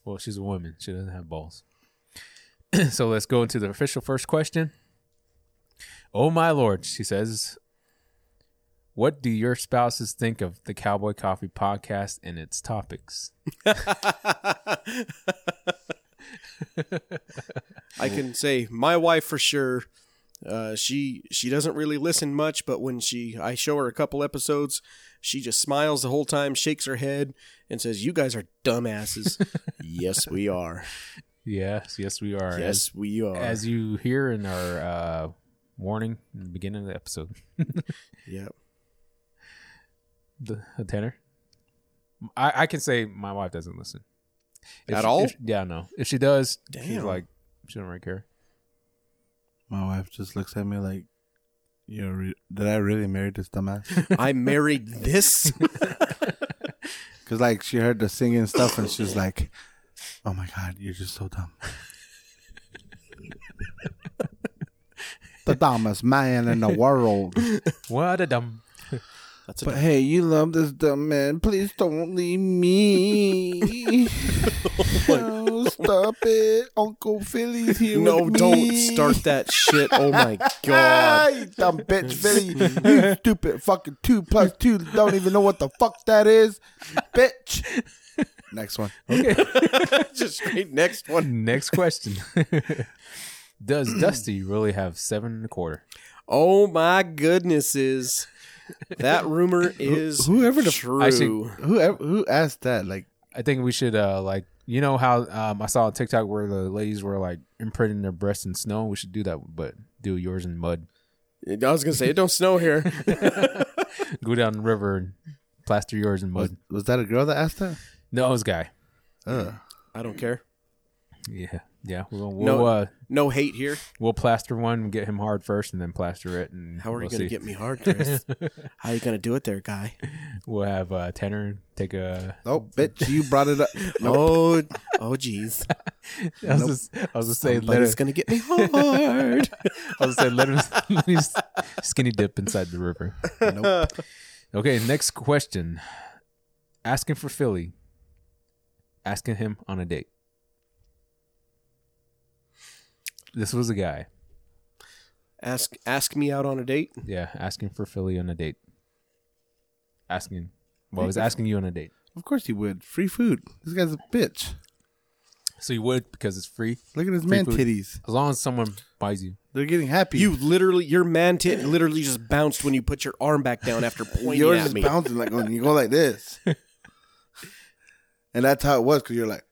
S5: Well, she's a woman. She doesn't have balls. [clears throat] so let's go into the official first question. Oh my lord, she says, "What do your spouses think of the Cowboy Coffee podcast and its topics?"
S6: I can say my wife for sure. Uh, she she doesn't really listen much, but when she I show her a couple episodes, she just smiles the whole time, shakes her head, and says, "You guys are
S5: [laughs]
S6: dumbasses." yes, we are.
S5: Yes, yes, we are.
S6: Yes, we are.
S5: as, as you hear in our uh, warning in the beginning of the episode, [laughs]
S6: yep.
S5: the a tenor. I, I can say my wife doesn't listen
S6: At
S5: she-
S6: all?
S5: if- yeah, no. If she does, she's
S6: Damn.
S5: like she don't really care.
S4: My wife just looks at me like, "You re- did I really marry this dumbass?" [laughs]
S6: I
S5: [laughs]
S6: married this.
S4: Because like she heard the singing stuff and she's like, "Oh my god, you're just so dumb." the dumbest man in the world.
S5: What a dumb.
S6: That's
S4: [laughs]
S6: a
S4: But hey, you love this dumb man. Please don't leave me. [laughs] oh, stop it. Uncle Philly's here.
S6: [laughs] no,
S4: with me.
S6: don't start that shit. Oh my
S4: Ah,
S6: god.
S4: you dumb bitch, Philly. You stupid fucking two plus two. Don't even know what the fuck that is. Bitch. [laughs] Next one.
S6: Just straight next one. [laughs]
S5: Next question. [laughs] Does Dusty really have seven and a quarter?
S6: Oh my goodnesses. That rumor is
S4: whoever the-
S6: true.
S5: I see-
S4: Who who asked that? Like,
S5: I think we should uh like you know how um I saw a TikTok where the ladies were like imprinting their breasts in snow. We should do that, but do yours in mud.
S6: I was gonna say it don't snow here.
S5: Go down the river and plaster yours in mud.
S4: was that a girl that asked that?
S5: No, it was a guy.
S4: Ugh.
S6: I don't care.
S5: Yeah, yeah. We'll, we'll
S6: No.
S5: uh,
S6: No hate here.
S5: we'll plaster one, get him hard first, and then plaster it. And
S6: How are
S5: we'll
S6: you gonna
S5: see.
S6: get me hard, Chris? How you gonna do it there, guy?
S5: We'll have uh, Tanner take a.
S4: Oh, bitch, you brought it up.
S6: Oh, oh, geez.
S5: I was just, I was just saying, let
S6: Somebody's
S5: us.
S6: gonna get
S5: [laughs]
S6: me hard.
S5: I was saying, let him, [laughs] let him skinny dip inside the river.
S4: Nope.
S5: Okay, next question. Asking for Philly. Asking him on a date. This was a guy.
S6: ask, ask me out on a date.
S5: Yeah, asking for Philly on a date. Asking. Well, I was asking you on a date.
S4: Of course you would. Free food. This guy's a bitch.
S5: So you would because it's free.
S4: Look at his
S5: Free
S4: man
S5: food.
S4: titties.
S5: As long as someone buys you.
S4: They're getting happy.
S6: You literally, your man tit literally just bounced when you put your arm back down after pointing
S4: yours
S6: at
S4: is
S6: me.
S4: bouncing like when you go like this, and that's how it was because
S6: [laughs]
S4: you're like.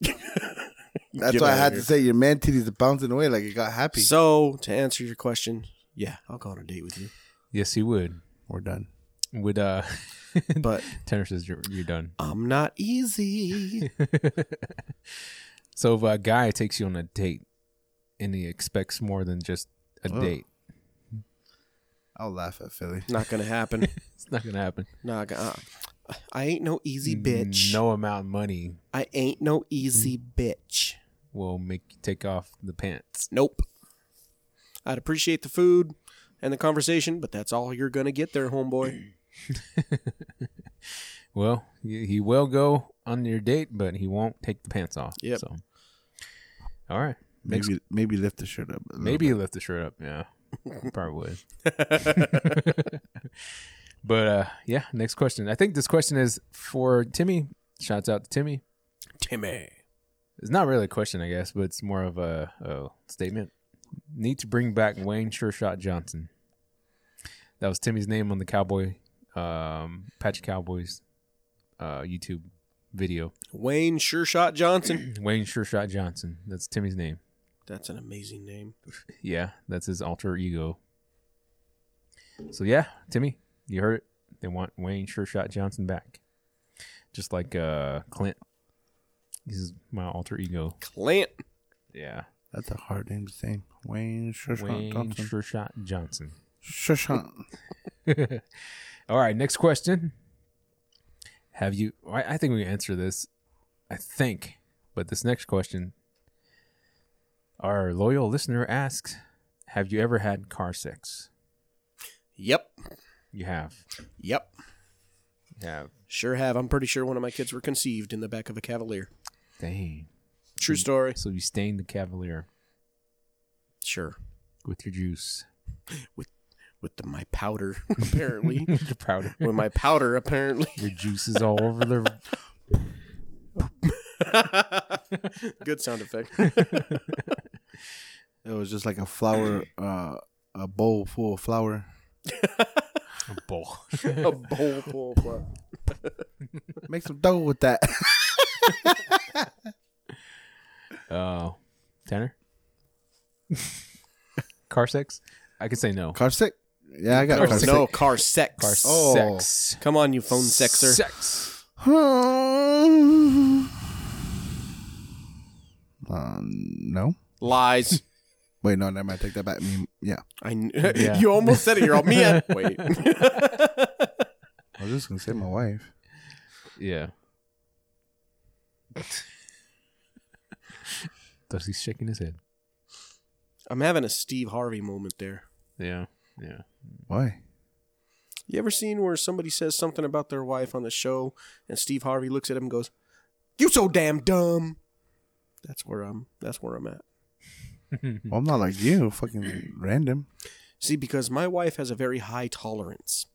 S4: That's
S6: Get
S4: why I
S6: outta
S4: had
S6: here.
S4: to say your man titties are bouncing away like it got happy.
S6: So, to answer your question, yeah, I'll go on a date with you.
S5: Yes, you would.
S4: We're done.
S5: Would uh [laughs]
S6: But
S5: Tanner says you're, you're done.
S6: I'm not easy.
S5: So if a guy takes you on a date and he expects more than just a date,
S4: I'll laugh at Philly.
S6: not gonna happen.
S5: it's not gonna happen.
S6: Not gonna. uh, I ain't no easy
S5: Mm,
S6: bitch.
S5: No amount of money
S6: I ain't no easy bitch.
S5: will make you take off the pants.
S6: Nope. I'd appreciate the food and the conversation, but that's all you're gonna get there, homeboy.
S5: Well, y- he will go on your date, but he won't take the pants off.
S6: Yep.
S5: So, all right. Next-
S4: Maybe maybe lift the shirt up. a little
S5: Maybe
S4: bit.
S5: he left the shirt up. Yeah, probably [laughs] would. but uh, yeah, next question. I think this question is for Timmy. Shouts out to Timmy.
S6: Timmy.
S5: It's not really a question, I guess, but it's more of a, a statement. Need to bring back Wayne Sure Shot Johnson. That was Timmy's name on the Cowboy um, Patch Cowboys uh, YouTube video.
S6: Wayne Sure Shot Johnson. [clears throat]
S5: Wayne Sure Shot Johnson. That's Timmy's name.
S6: That's an amazing name.
S5: Yeah, that's his alter ego. So yeah, Timmy, you heard it. They want Wayne Sure Shot Johnson back, just like uh, Clint. He's my alter ego.
S6: Clint.
S5: Yeah,
S4: that's a hard name to say. Wayne Shoshant
S5: Wayne
S4: Johnson.
S5: Sure Shot Johnson.
S4: Shoshant.
S5: All right, next question. Have you? I, I think we answer this. I think, but this next question, our loyal listener asks, "Have you ever had car sex?"
S6: Yep.
S5: You have.
S6: Yep.
S5: You have.
S6: Sure have. I'm pretty sure one of my kids were conceived in the back of a Cavalier.
S5: Dang.
S6: True story.
S5: So you stained the Cavalier
S6: Sure.
S5: with your juice. [laughs]
S6: With the, my powder, [laughs] apparently.
S5: You're proud of
S6: With my powder, apparently. [laughs]
S5: your juice is all over the. [laughs]
S6: Good sound effect.
S4: It was just like a flower, [clears throat] uh, a bowl full of flour.
S5: bowl.
S6: a bowl full of flour.
S4: Make some dough with [laughs] that.
S5: Uh, Tanner? car sex? I could say no.
S4: Car sick? Yeah, I got car,
S6: Oh,
S4: sick.
S6: no, car sex.
S5: Car
S4: Oh.
S5: sex.
S6: Come on, you phone sexer.
S5: Sex.
S4: Uh, no.
S6: Lies.
S4: Wait, no, never mind. Take that back. Mm, Yeah.
S6: I kn- [laughs]
S5: Yeah.
S6: you almost said it. You're all me. Wait. [laughs]
S4: I was just going to say my wife.
S5: Yeah. Dusty's shaking his head.
S6: I'm having a Steve Harvey moment there.
S5: Yeah. Yeah.
S4: Why?
S6: You ever seen where somebody says something about their wife on the show and Steve Harvey looks at him and goes, "You so damn dumb." That's where I'm that's where I'm at.
S4: Well, I'm not like you, fucking random.
S6: See, because my wife has a very high tolerance.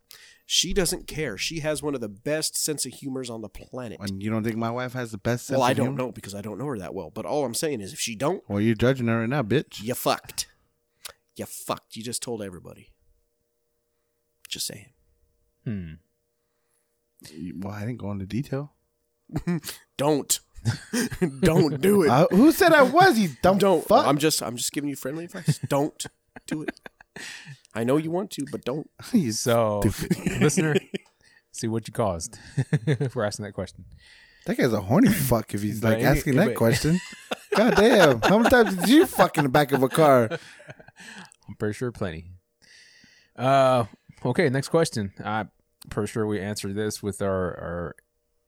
S6: She doesn't care. She has one of the best sense of humors on the planet.
S4: And you don't think my wife has the best sense?
S6: well, I
S4: of
S6: don't
S4: humor?
S6: know because I don't know her that well, but all I'm saying is if she don't,
S4: Well, you're judging her right now, bitch.
S6: you fucked. You fucked. You just told everybody. Just saying.
S5: Hmm.
S4: Well, I didn't go into detail.
S6: Don't.
S4: [laughs]
S6: don't do it.
S4: Uh, who said I was? You dumb
S6: don't.
S4: fuck.
S6: Oh, I'm just I'm just giving you friendly advice.
S5: [laughs]
S6: Don't do it. I know you want to, but don't.
S4: You
S5: So,
S4: stupid.
S5: listener, see what you caused [laughs] for asking that question.
S4: That guy's a horny fuck if he's like
S5: Right.
S4: asking that
S5: Wait.
S4: question. God damn. How many times did you fuck in the back of a car?
S5: I'm pretty sure plenty. Uh, okay. Next question. I'm pretty sure we answered this with our our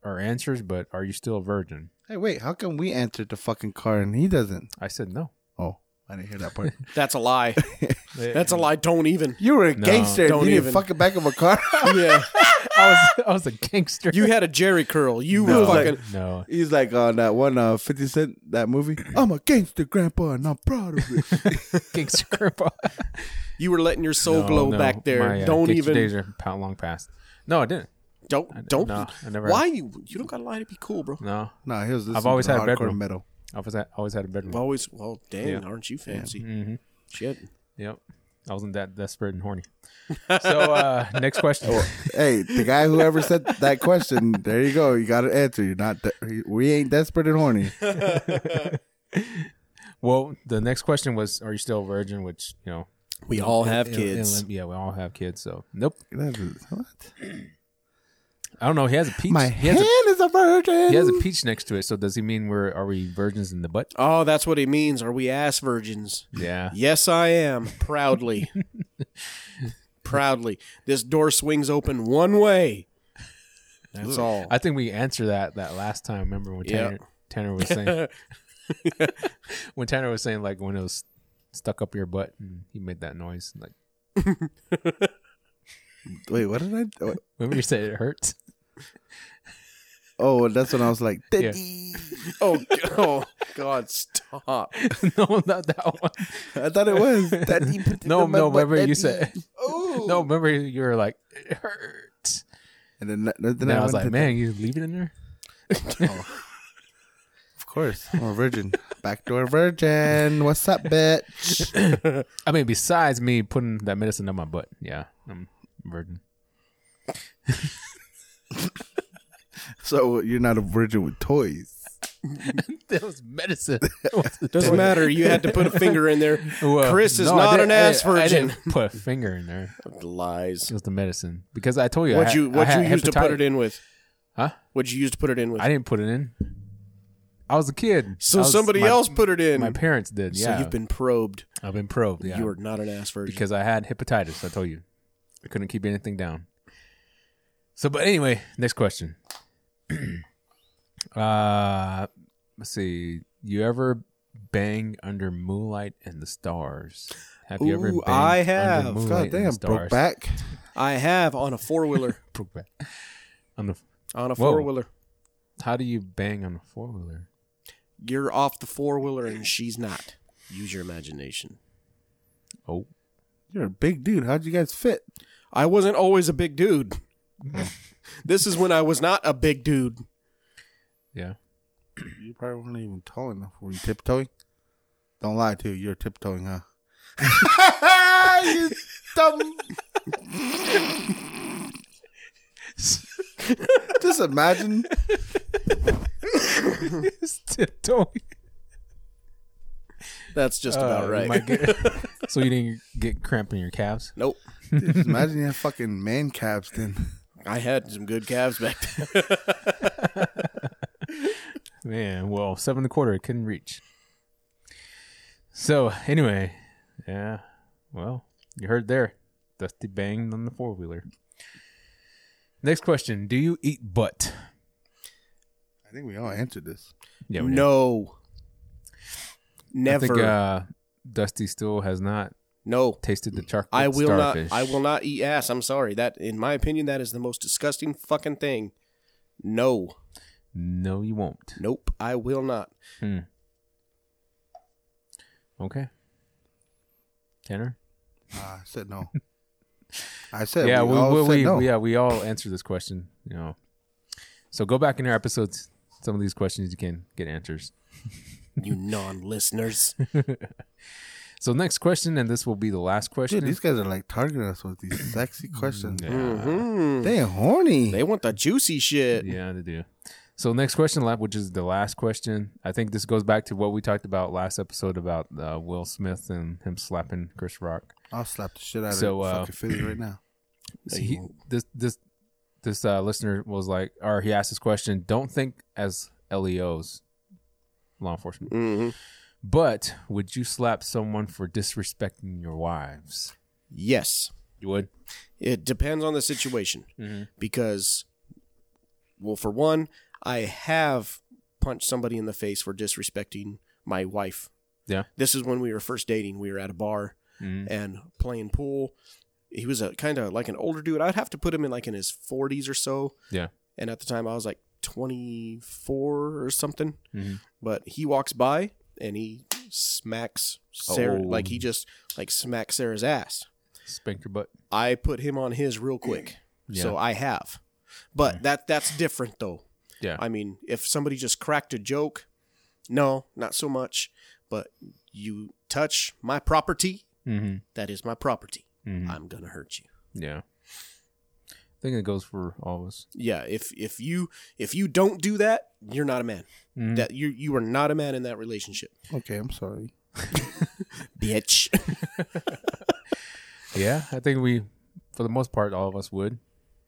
S5: our answers, but are you still a virgin?
S4: Hey, wait, how come we answered the fucking car and he doesn't?
S5: I said no.
S4: Oh, I didn't hear that part.
S6: That's a lie. That's a lie.
S5: [laughs]
S6: Don't even.
S4: You were a
S5: No,
S4: gangster.
S6: don't
S4: Don't you even
S6: even.
S4: fuck in back of a [laughs] car.
S6: Yeah.
S5: I was I was a gangster.
S6: You had a Jerry curl. You
S4: No.
S6: were fucking.
S5: [laughs] no.
S4: He's like on that one uh, 50 Cent that movie. I'm a gangster grandpa and I'm proud of [laughs] it.
S5: Gangster [laughs] grandpa.
S6: You were letting your soul
S5: No,
S6: glow
S5: no,
S6: back there.
S5: my, uh,
S6: don't
S5: gangster
S6: even.
S5: Days are pa- long past. No, I didn't.
S6: Don't. Don't.
S5: no, I never-
S6: Why you? You don't gotta lie to be cool, bro.
S5: No,
S4: no, he was listening
S5: I've always
S4: to
S5: had a
S4: hardcore
S5: bedroom.
S4: metal.
S5: I was at, always had a bedroom.
S6: I've always. Well, dang,
S5: Yeah.
S6: aren't you fancy?
S5: Mhm.
S6: Shit.
S5: Yep. I wasn't that desperate and horny. So uh next
S6: [laughs]
S5: question.
S6: Oh.
S4: Hey, the guy who ever said that question, there you go. You got to answer. You're not. De- we ain't desperate [laughs] and horny.
S5: Well, the next question was, "Are you still a virgin?" Which you know,
S6: We all have
S5: it-
S6: kids.
S5: it- yeah, we all have kids. So nope.
S4: That's a- what?
S5: I don't know. He has a peach.
S4: My
S5: he
S4: hand
S5: has a,
S4: is a virgin.
S5: he has a peach next to it. So does he mean we're are we virgins in the butt?
S6: oh, that's what he means. Are we ass virgins?
S5: Yeah.
S6: Yes, I am.
S5: [laughs]
S6: Proudly. Proudly. This door swings open one way. That's all. [laughs]
S5: I think we answered that that last time. Remember when
S6: Yeah.
S5: Tanner, Tanner was saying [laughs] when Tanner was saying like when it was stuck up your butt and he made that noise like
S4: Wait, what did I? what-
S5: remember you said it hurts. [laughs]
S4: Oh, that's when I was like,
S5: Yeah.
S6: oh, g- oh, God, stop.
S5: no, not that one.
S4: I thought it was. Daddy put it
S5: No,
S4: in my
S5: no.
S4: butt,
S5: Remember you
S4: daddy.
S5: said no. Remember you were like it hurts.
S4: And then, then,
S5: And then I was
S4: went to-
S5: like, man, you leave it in there.
S4: of course, I'm a virgin, backdoor virgin. What's up, bitch?
S5: [laughs] I mean, besides me putting that medicine on my butt, yeah, I'm a
S6: [laughs]
S5: virgin.
S4: So you're not a virgin with toys.
S5: that was medicine.
S6: Doesn't matter. You had to put a finger in there.
S5: Well,
S6: Chris is
S5: no, I
S6: not
S5: didn't-
S6: an ass
S5: I- I
S6: virgin.
S5: didn't [laughs] put a finger in there.
S6: Lies.
S5: It was the medicine because I told you. I
S6: What'd
S5: had-
S6: you, what'd
S5: I
S6: you
S5: had
S6: use to put
S5: hepatitis.
S6: it in with?
S5: Huh?
S6: What'd you use to put it in with?
S5: I didn't put it in. I was a kid.
S6: so
S5: I was-
S6: somebody
S5: my-
S6: else put it in.
S5: My parents did. Yeah,
S6: So you've been probed.
S5: I've been probed. Yeah,
S6: You are not an ass virgin.
S5: because I had hepatitis. I told you, I couldn't keep anything down. So, but anyway, next question. [clears throat] uh, let's see. You ever bang under moonlight and the stars? Have you ever?
S6: Ooh,
S5: banged
S6: I
S5: Under
S6: have.
S5: moonlight
S4: God
S5: and the
S4: damn,
S5: stars?
S4: broke back.
S6: I have on a
S5: [laughs]
S6: four wheeler.
S5: Broke back. On the,
S6: on a
S5: Whoa.
S6: four wheeler.
S5: how do you bang on a four wheeler?
S6: You're off the four wheeler and she's not. Use your imagination.
S5: Oh,
S4: You're a big dude. How'd you guys fit?
S6: I wasn't always a big dude. this is when I was not a big dude. [laughs]
S5: yeah.
S4: You probably weren't even tall enough. Were you tiptoeing? Don't lie to you. You're tiptoeing, huh? [laughs] you dumb. Just imagine.
S5: Tiptoeing.
S6: That's just
S5: Uh,
S6: about
S5: you
S6: right.
S5: might get- [laughs] so you didn't get cramp in your calves?
S6: [laughs] nope.
S4: Just imagine you have fucking man calves then.
S6: I had some good calves back then.
S5: Man, well, seven and a quarter, it couldn't reach. So anyway, yeah. Well, you heard there. Dusty banged on the four wheeler. Next question: Do you eat butt?
S4: I think we all answered this.
S5: Yeah,
S6: no.
S5: I
S6: Never.
S5: think uh, Dusty uh, still has not
S6: No,
S5: Tasted the chocolate
S6: I will
S5: starfish.
S6: not. I will not eat ass. I'm sorry. That, in my opinion, that is the most disgusting fucking thing. No,
S5: No, you won't.
S6: nope. I will not.
S5: Okay. Tanner.
S4: Ah, I said no. I said
S5: yeah,
S4: we,
S5: we,
S4: all
S5: we,
S4: said
S5: we-
S4: no.
S5: yeah, we all answer this question. You know, so go back in our episodes. Some of these questions you can get answers.
S6: You [laughs] non-listeners.
S5: So next question, and this will be the last question.
S4: Dude, these guys are like targeting us with these sexy questions.
S5: yeah,
S6: Mhm.
S4: They horny.
S6: They want the
S5: [laughs]
S6: juicy shit.
S5: yeah, they do. So next question, la- which is the last question. I think this goes back to what we talked about last episode about uh, Will Smith and him slapping Chris Rock.
S4: I'll slap the shit out
S5: So,
S4: of
S5: uh,
S4: uh, fucking Philly right now.
S5: So he, this this this uh, listener was like, or he asked this question. Don't think as LEOs, law enforcement.
S6: hmm
S5: But would you slap someone for disrespecting your wives?
S6: Yes,
S5: You would.
S6: it depends on the situation
S5: Mm-hmm.
S6: because, well, for one, I have punched somebody in the face for disrespecting my wife.
S5: Yeah.
S6: This is when we were first dating. We were at a bar
S5: Mhm.
S6: and playing pool. He was a kind of like an older dude. I'd have to put him in like in his 40s or so.
S5: Yeah.
S6: And at the time I was like 24 or something.
S5: Mhm.
S6: But he walks by and he smacks Sarah.
S5: Oh.
S6: Like he just like smacks Sarah's ass.
S5: Spank your butt.
S6: I put him on his real quick. So I have. But that that's different though.
S5: Yeah.
S6: I mean, if somebody just cracked a joke, no, not so much. But you touch my property,
S5: mm-hmm.
S6: that is my property.
S5: Mhm.
S6: I'm gonna hurt you.
S5: Yeah. I think it goes for all of us.
S6: Yeah, if if you if you don't do that, you're not a man.
S5: Mhm.
S6: That you you are not a man in that relationship,
S4: Okay, I'm sorry.
S6: [laughs] bitch.
S5: Yeah, I think we, for the most part, all of us would.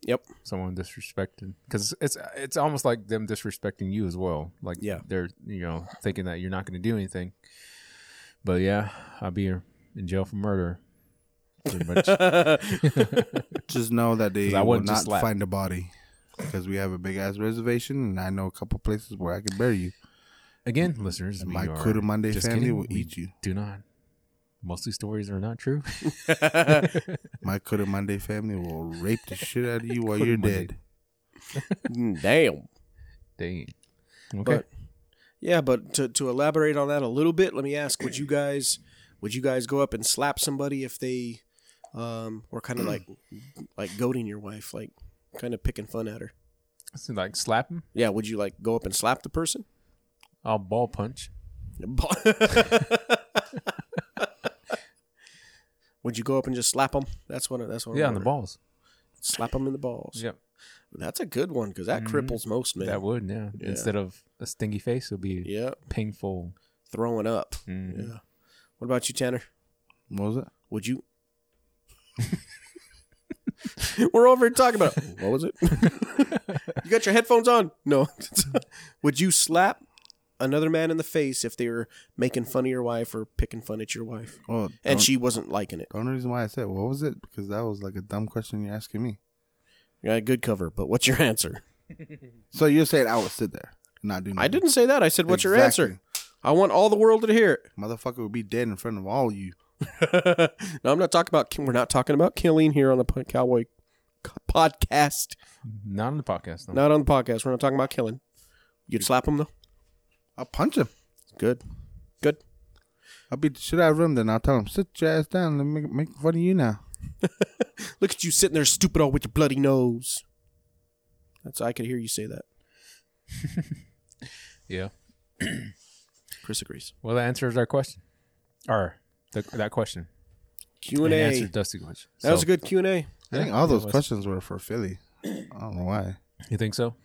S6: Yep.
S5: Someone disrespected because it's it's almost like them disrespecting you as well. Like
S6: Yeah.
S5: they're you know thinking that you're not going to do anything. But yeah, I'd be in jail for murder. Pretty much.
S4: Just know that they
S5: 'Cause I
S4: will
S5: wouldn't
S4: not
S5: just slap.
S4: find a body because we have a big ass reservation, and I know a couple places where I can bury you.
S5: Again, listeners,
S4: And
S5: we
S4: my
S5: are
S4: Curumande
S5: just
S4: family
S5: kidding.
S4: will
S5: We
S4: eat you.
S5: Do not. Mostly stories are not true. [laughs]
S4: My Curumande family will rape the shit out of you while you're
S5: Curumande.
S4: dead.
S6: Mm, Damn.
S5: Dang. Okay.
S6: But yeah, but to, to elaborate on that a little bit, let me ask: Would you guys would you guys go up and slap somebody if they um were kind of like like goading your wife, like kind of picking fun at her?
S5: So, like slap him,
S6: Yeah, would you like go up and slap the person? [laughs]
S5: I'll ball punch.
S6: would you go up and just slap them? That's what. I- That's what. I
S5: Yeah, on the
S6: remember.
S5: balls.
S6: Slap them in the balls.
S5: Yep.
S6: That's a good one because that cripples most men.
S5: Mm-hmm. That would, yeah.
S6: Yeah.
S5: Instead of a stinky face, it'll be
S6: yeah,
S5: painful.
S6: throwing up.
S5: Mhm.
S6: Yeah. What about you, Tanner?
S4: What was it?
S6: Would you? [laughs] We're over here
S4: [laughs]
S6: talking about what was it? [laughs] you got your headphones on? No. [laughs] Would you slap another man in the face if they were making fun of your wife or picking fun at your wife,
S4: Oh,
S6: and
S4: don't-
S6: she wasn't liking it?
S4: The only reason why I said what was it because that was like a dumb question you're asking me.
S6: You got a good cover, but what's your answer?
S4: So you're saying I would sit there and not do nothing.
S6: I didn't say that. I said, "What's your
S4: Exactly.
S6: answer?" I want all the world to hear
S4: Motherfucker would be dead in front of all you.
S6: it. no, I'm not talking about. We're not talking about killing here on the po- Cowboy co- podcast.
S5: Not on the podcast, though.
S6: Not on the podcast. We're not talking about killing. You'd slap him though.
S4: I'll punch him.
S6: Good. Good.
S4: I'll beat the shit out of him. Then I'll tell him sit your ass down. Let me make, make fun of you now.
S6: Look at you sitting there stupid all with your bloody nose. That's I could hear you say that.
S5: Yeah.
S6: Chris agrees.
S5: Well, that answers our question. Or the, that question.
S6: Q and
S5: It
S6: A.
S5: answers Dusty's question.
S6: That was a good Q and A.
S4: I think all
S5: Yeah, it
S4: those
S5: was.
S4: questions were for Philly. I don't know why.
S5: You think so?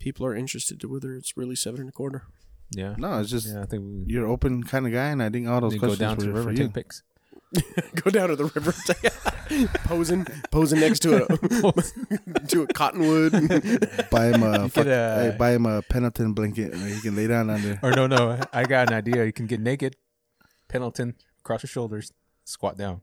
S6: People are interested to whether it's really seven and a quarter. [laughs]
S5: Yeah.
S4: No, it's just
S5: Yeah, I think we
S4: you're open kind of guy, and I think all those
S5: need to go
S4: questions
S5: down
S4: were
S5: to the river
S4: for
S5: and
S4: you.
S5: take pics.
S6: Go down to the river, [laughs] posing, posing next to a [laughs] to a cottonwood.
S4: buy him [laughs] a fuck,
S5: uh,
S4: hey, buy him a Pendleton blanket, and he can lay down under.
S5: Or no, no. I got an idea. You can get naked, Pendleton, cross your shoulders, squat down.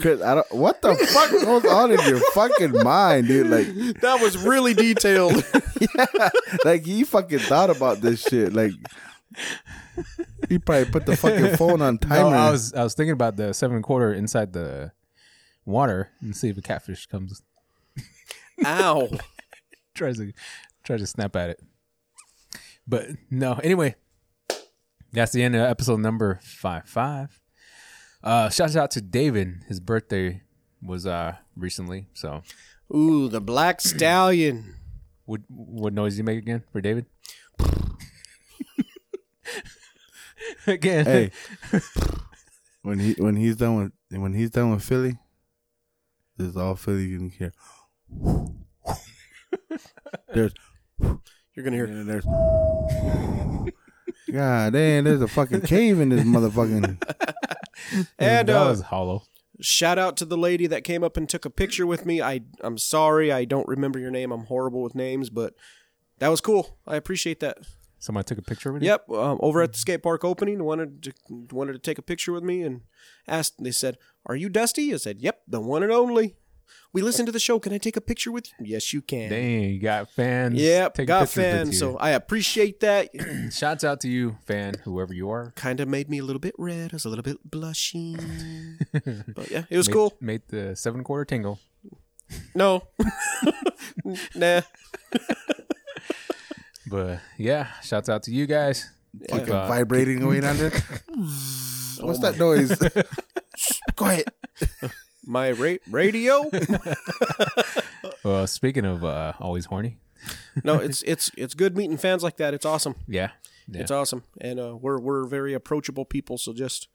S4: Chris, I don't. What the fuck goes on in your fucking mind, dude? Like,
S6: that was really detailed.
S4: like you fucking thought about this shit. Like, You probably put the [laughs] fucking phone on timer.
S5: No, Oh, I was I was thinking about the seven quarter inside the water and see if a catfish comes
S6: Ow.
S5: tries to tries to snap at it. But no, anyway, that's the end of episode number five five. Uh, shout out to David. His birthday was uh recently. So
S6: Ooh, the black stallion.
S5: what what noise did you make again for David? [laughs] again,
S4: hey, when he when he's done with when he's done with Philly, this is all Philly you can hear. There's
S6: You're gonna hear.
S4: and there's. God damn, there's a fucking cave in this motherfucking.
S6: And
S5: that
S6: uh,
S5: was hollow.
S6: shout out to the lady that came up and took a picture with me. I I'm sorry, I don't remember your name. I'm horrible with names, but that was cool. I appreciate that.
S5: Somebody took a picture with it.
S6: Yep, um, over at the skate park opening, wanted to wanted to take a picture with me and asked. They said, "Are you Dusty?" I said, "Yep, the one and only." We listened to the show. Can I take a picture with you? Yes, you can.
S5: Dang, you got fans.
S6: Yep,
S5: taking
S6: got
S5: pictures with you.
S6: fans. So I appreciate that.
S5: Shouts out to you, fan, whoever you are.
S6: kind of made me a little bit red. I was a little bit
S5: [laughs]
S6: blushing, but yeah, it was cool.
S5: Made the seven quarter tingle.
S6: No, [laughs] nah.
S5: But yeah, shouts out to you guys.
S4: fucking vibrating away down there. What's that noise? Shh, Quiet.
S6: My ra- radio?
S5: Well, speaking of uh, always horny,
S6: no, it's it's it's good meeting fans like that. It's awesome.
S5: yeah, yeah.
S6: It's awesome, and uh, we're we're very approachable people. So just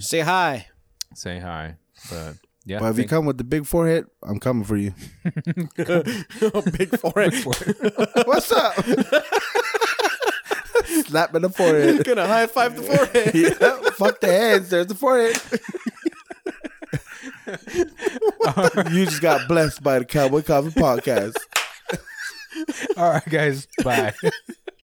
S6: say hi.
S5: say hi. But yeah,
S4: But if you
S5: thank-
S4: come with the big forehead, I'm coming for
S6: [laughs]
S4: you.
S6: Big forehead.
S4: [laughs] What's up? [laughs] Slapping the forehead.
S6: Gonna high five the forehead.
S4: Yeah, fuck the heads. There's the forehead. [laughs] you just got blessed by the Cowboy Coffee Podcast.
S5: [laughs] all right, guys, bye. [laughs]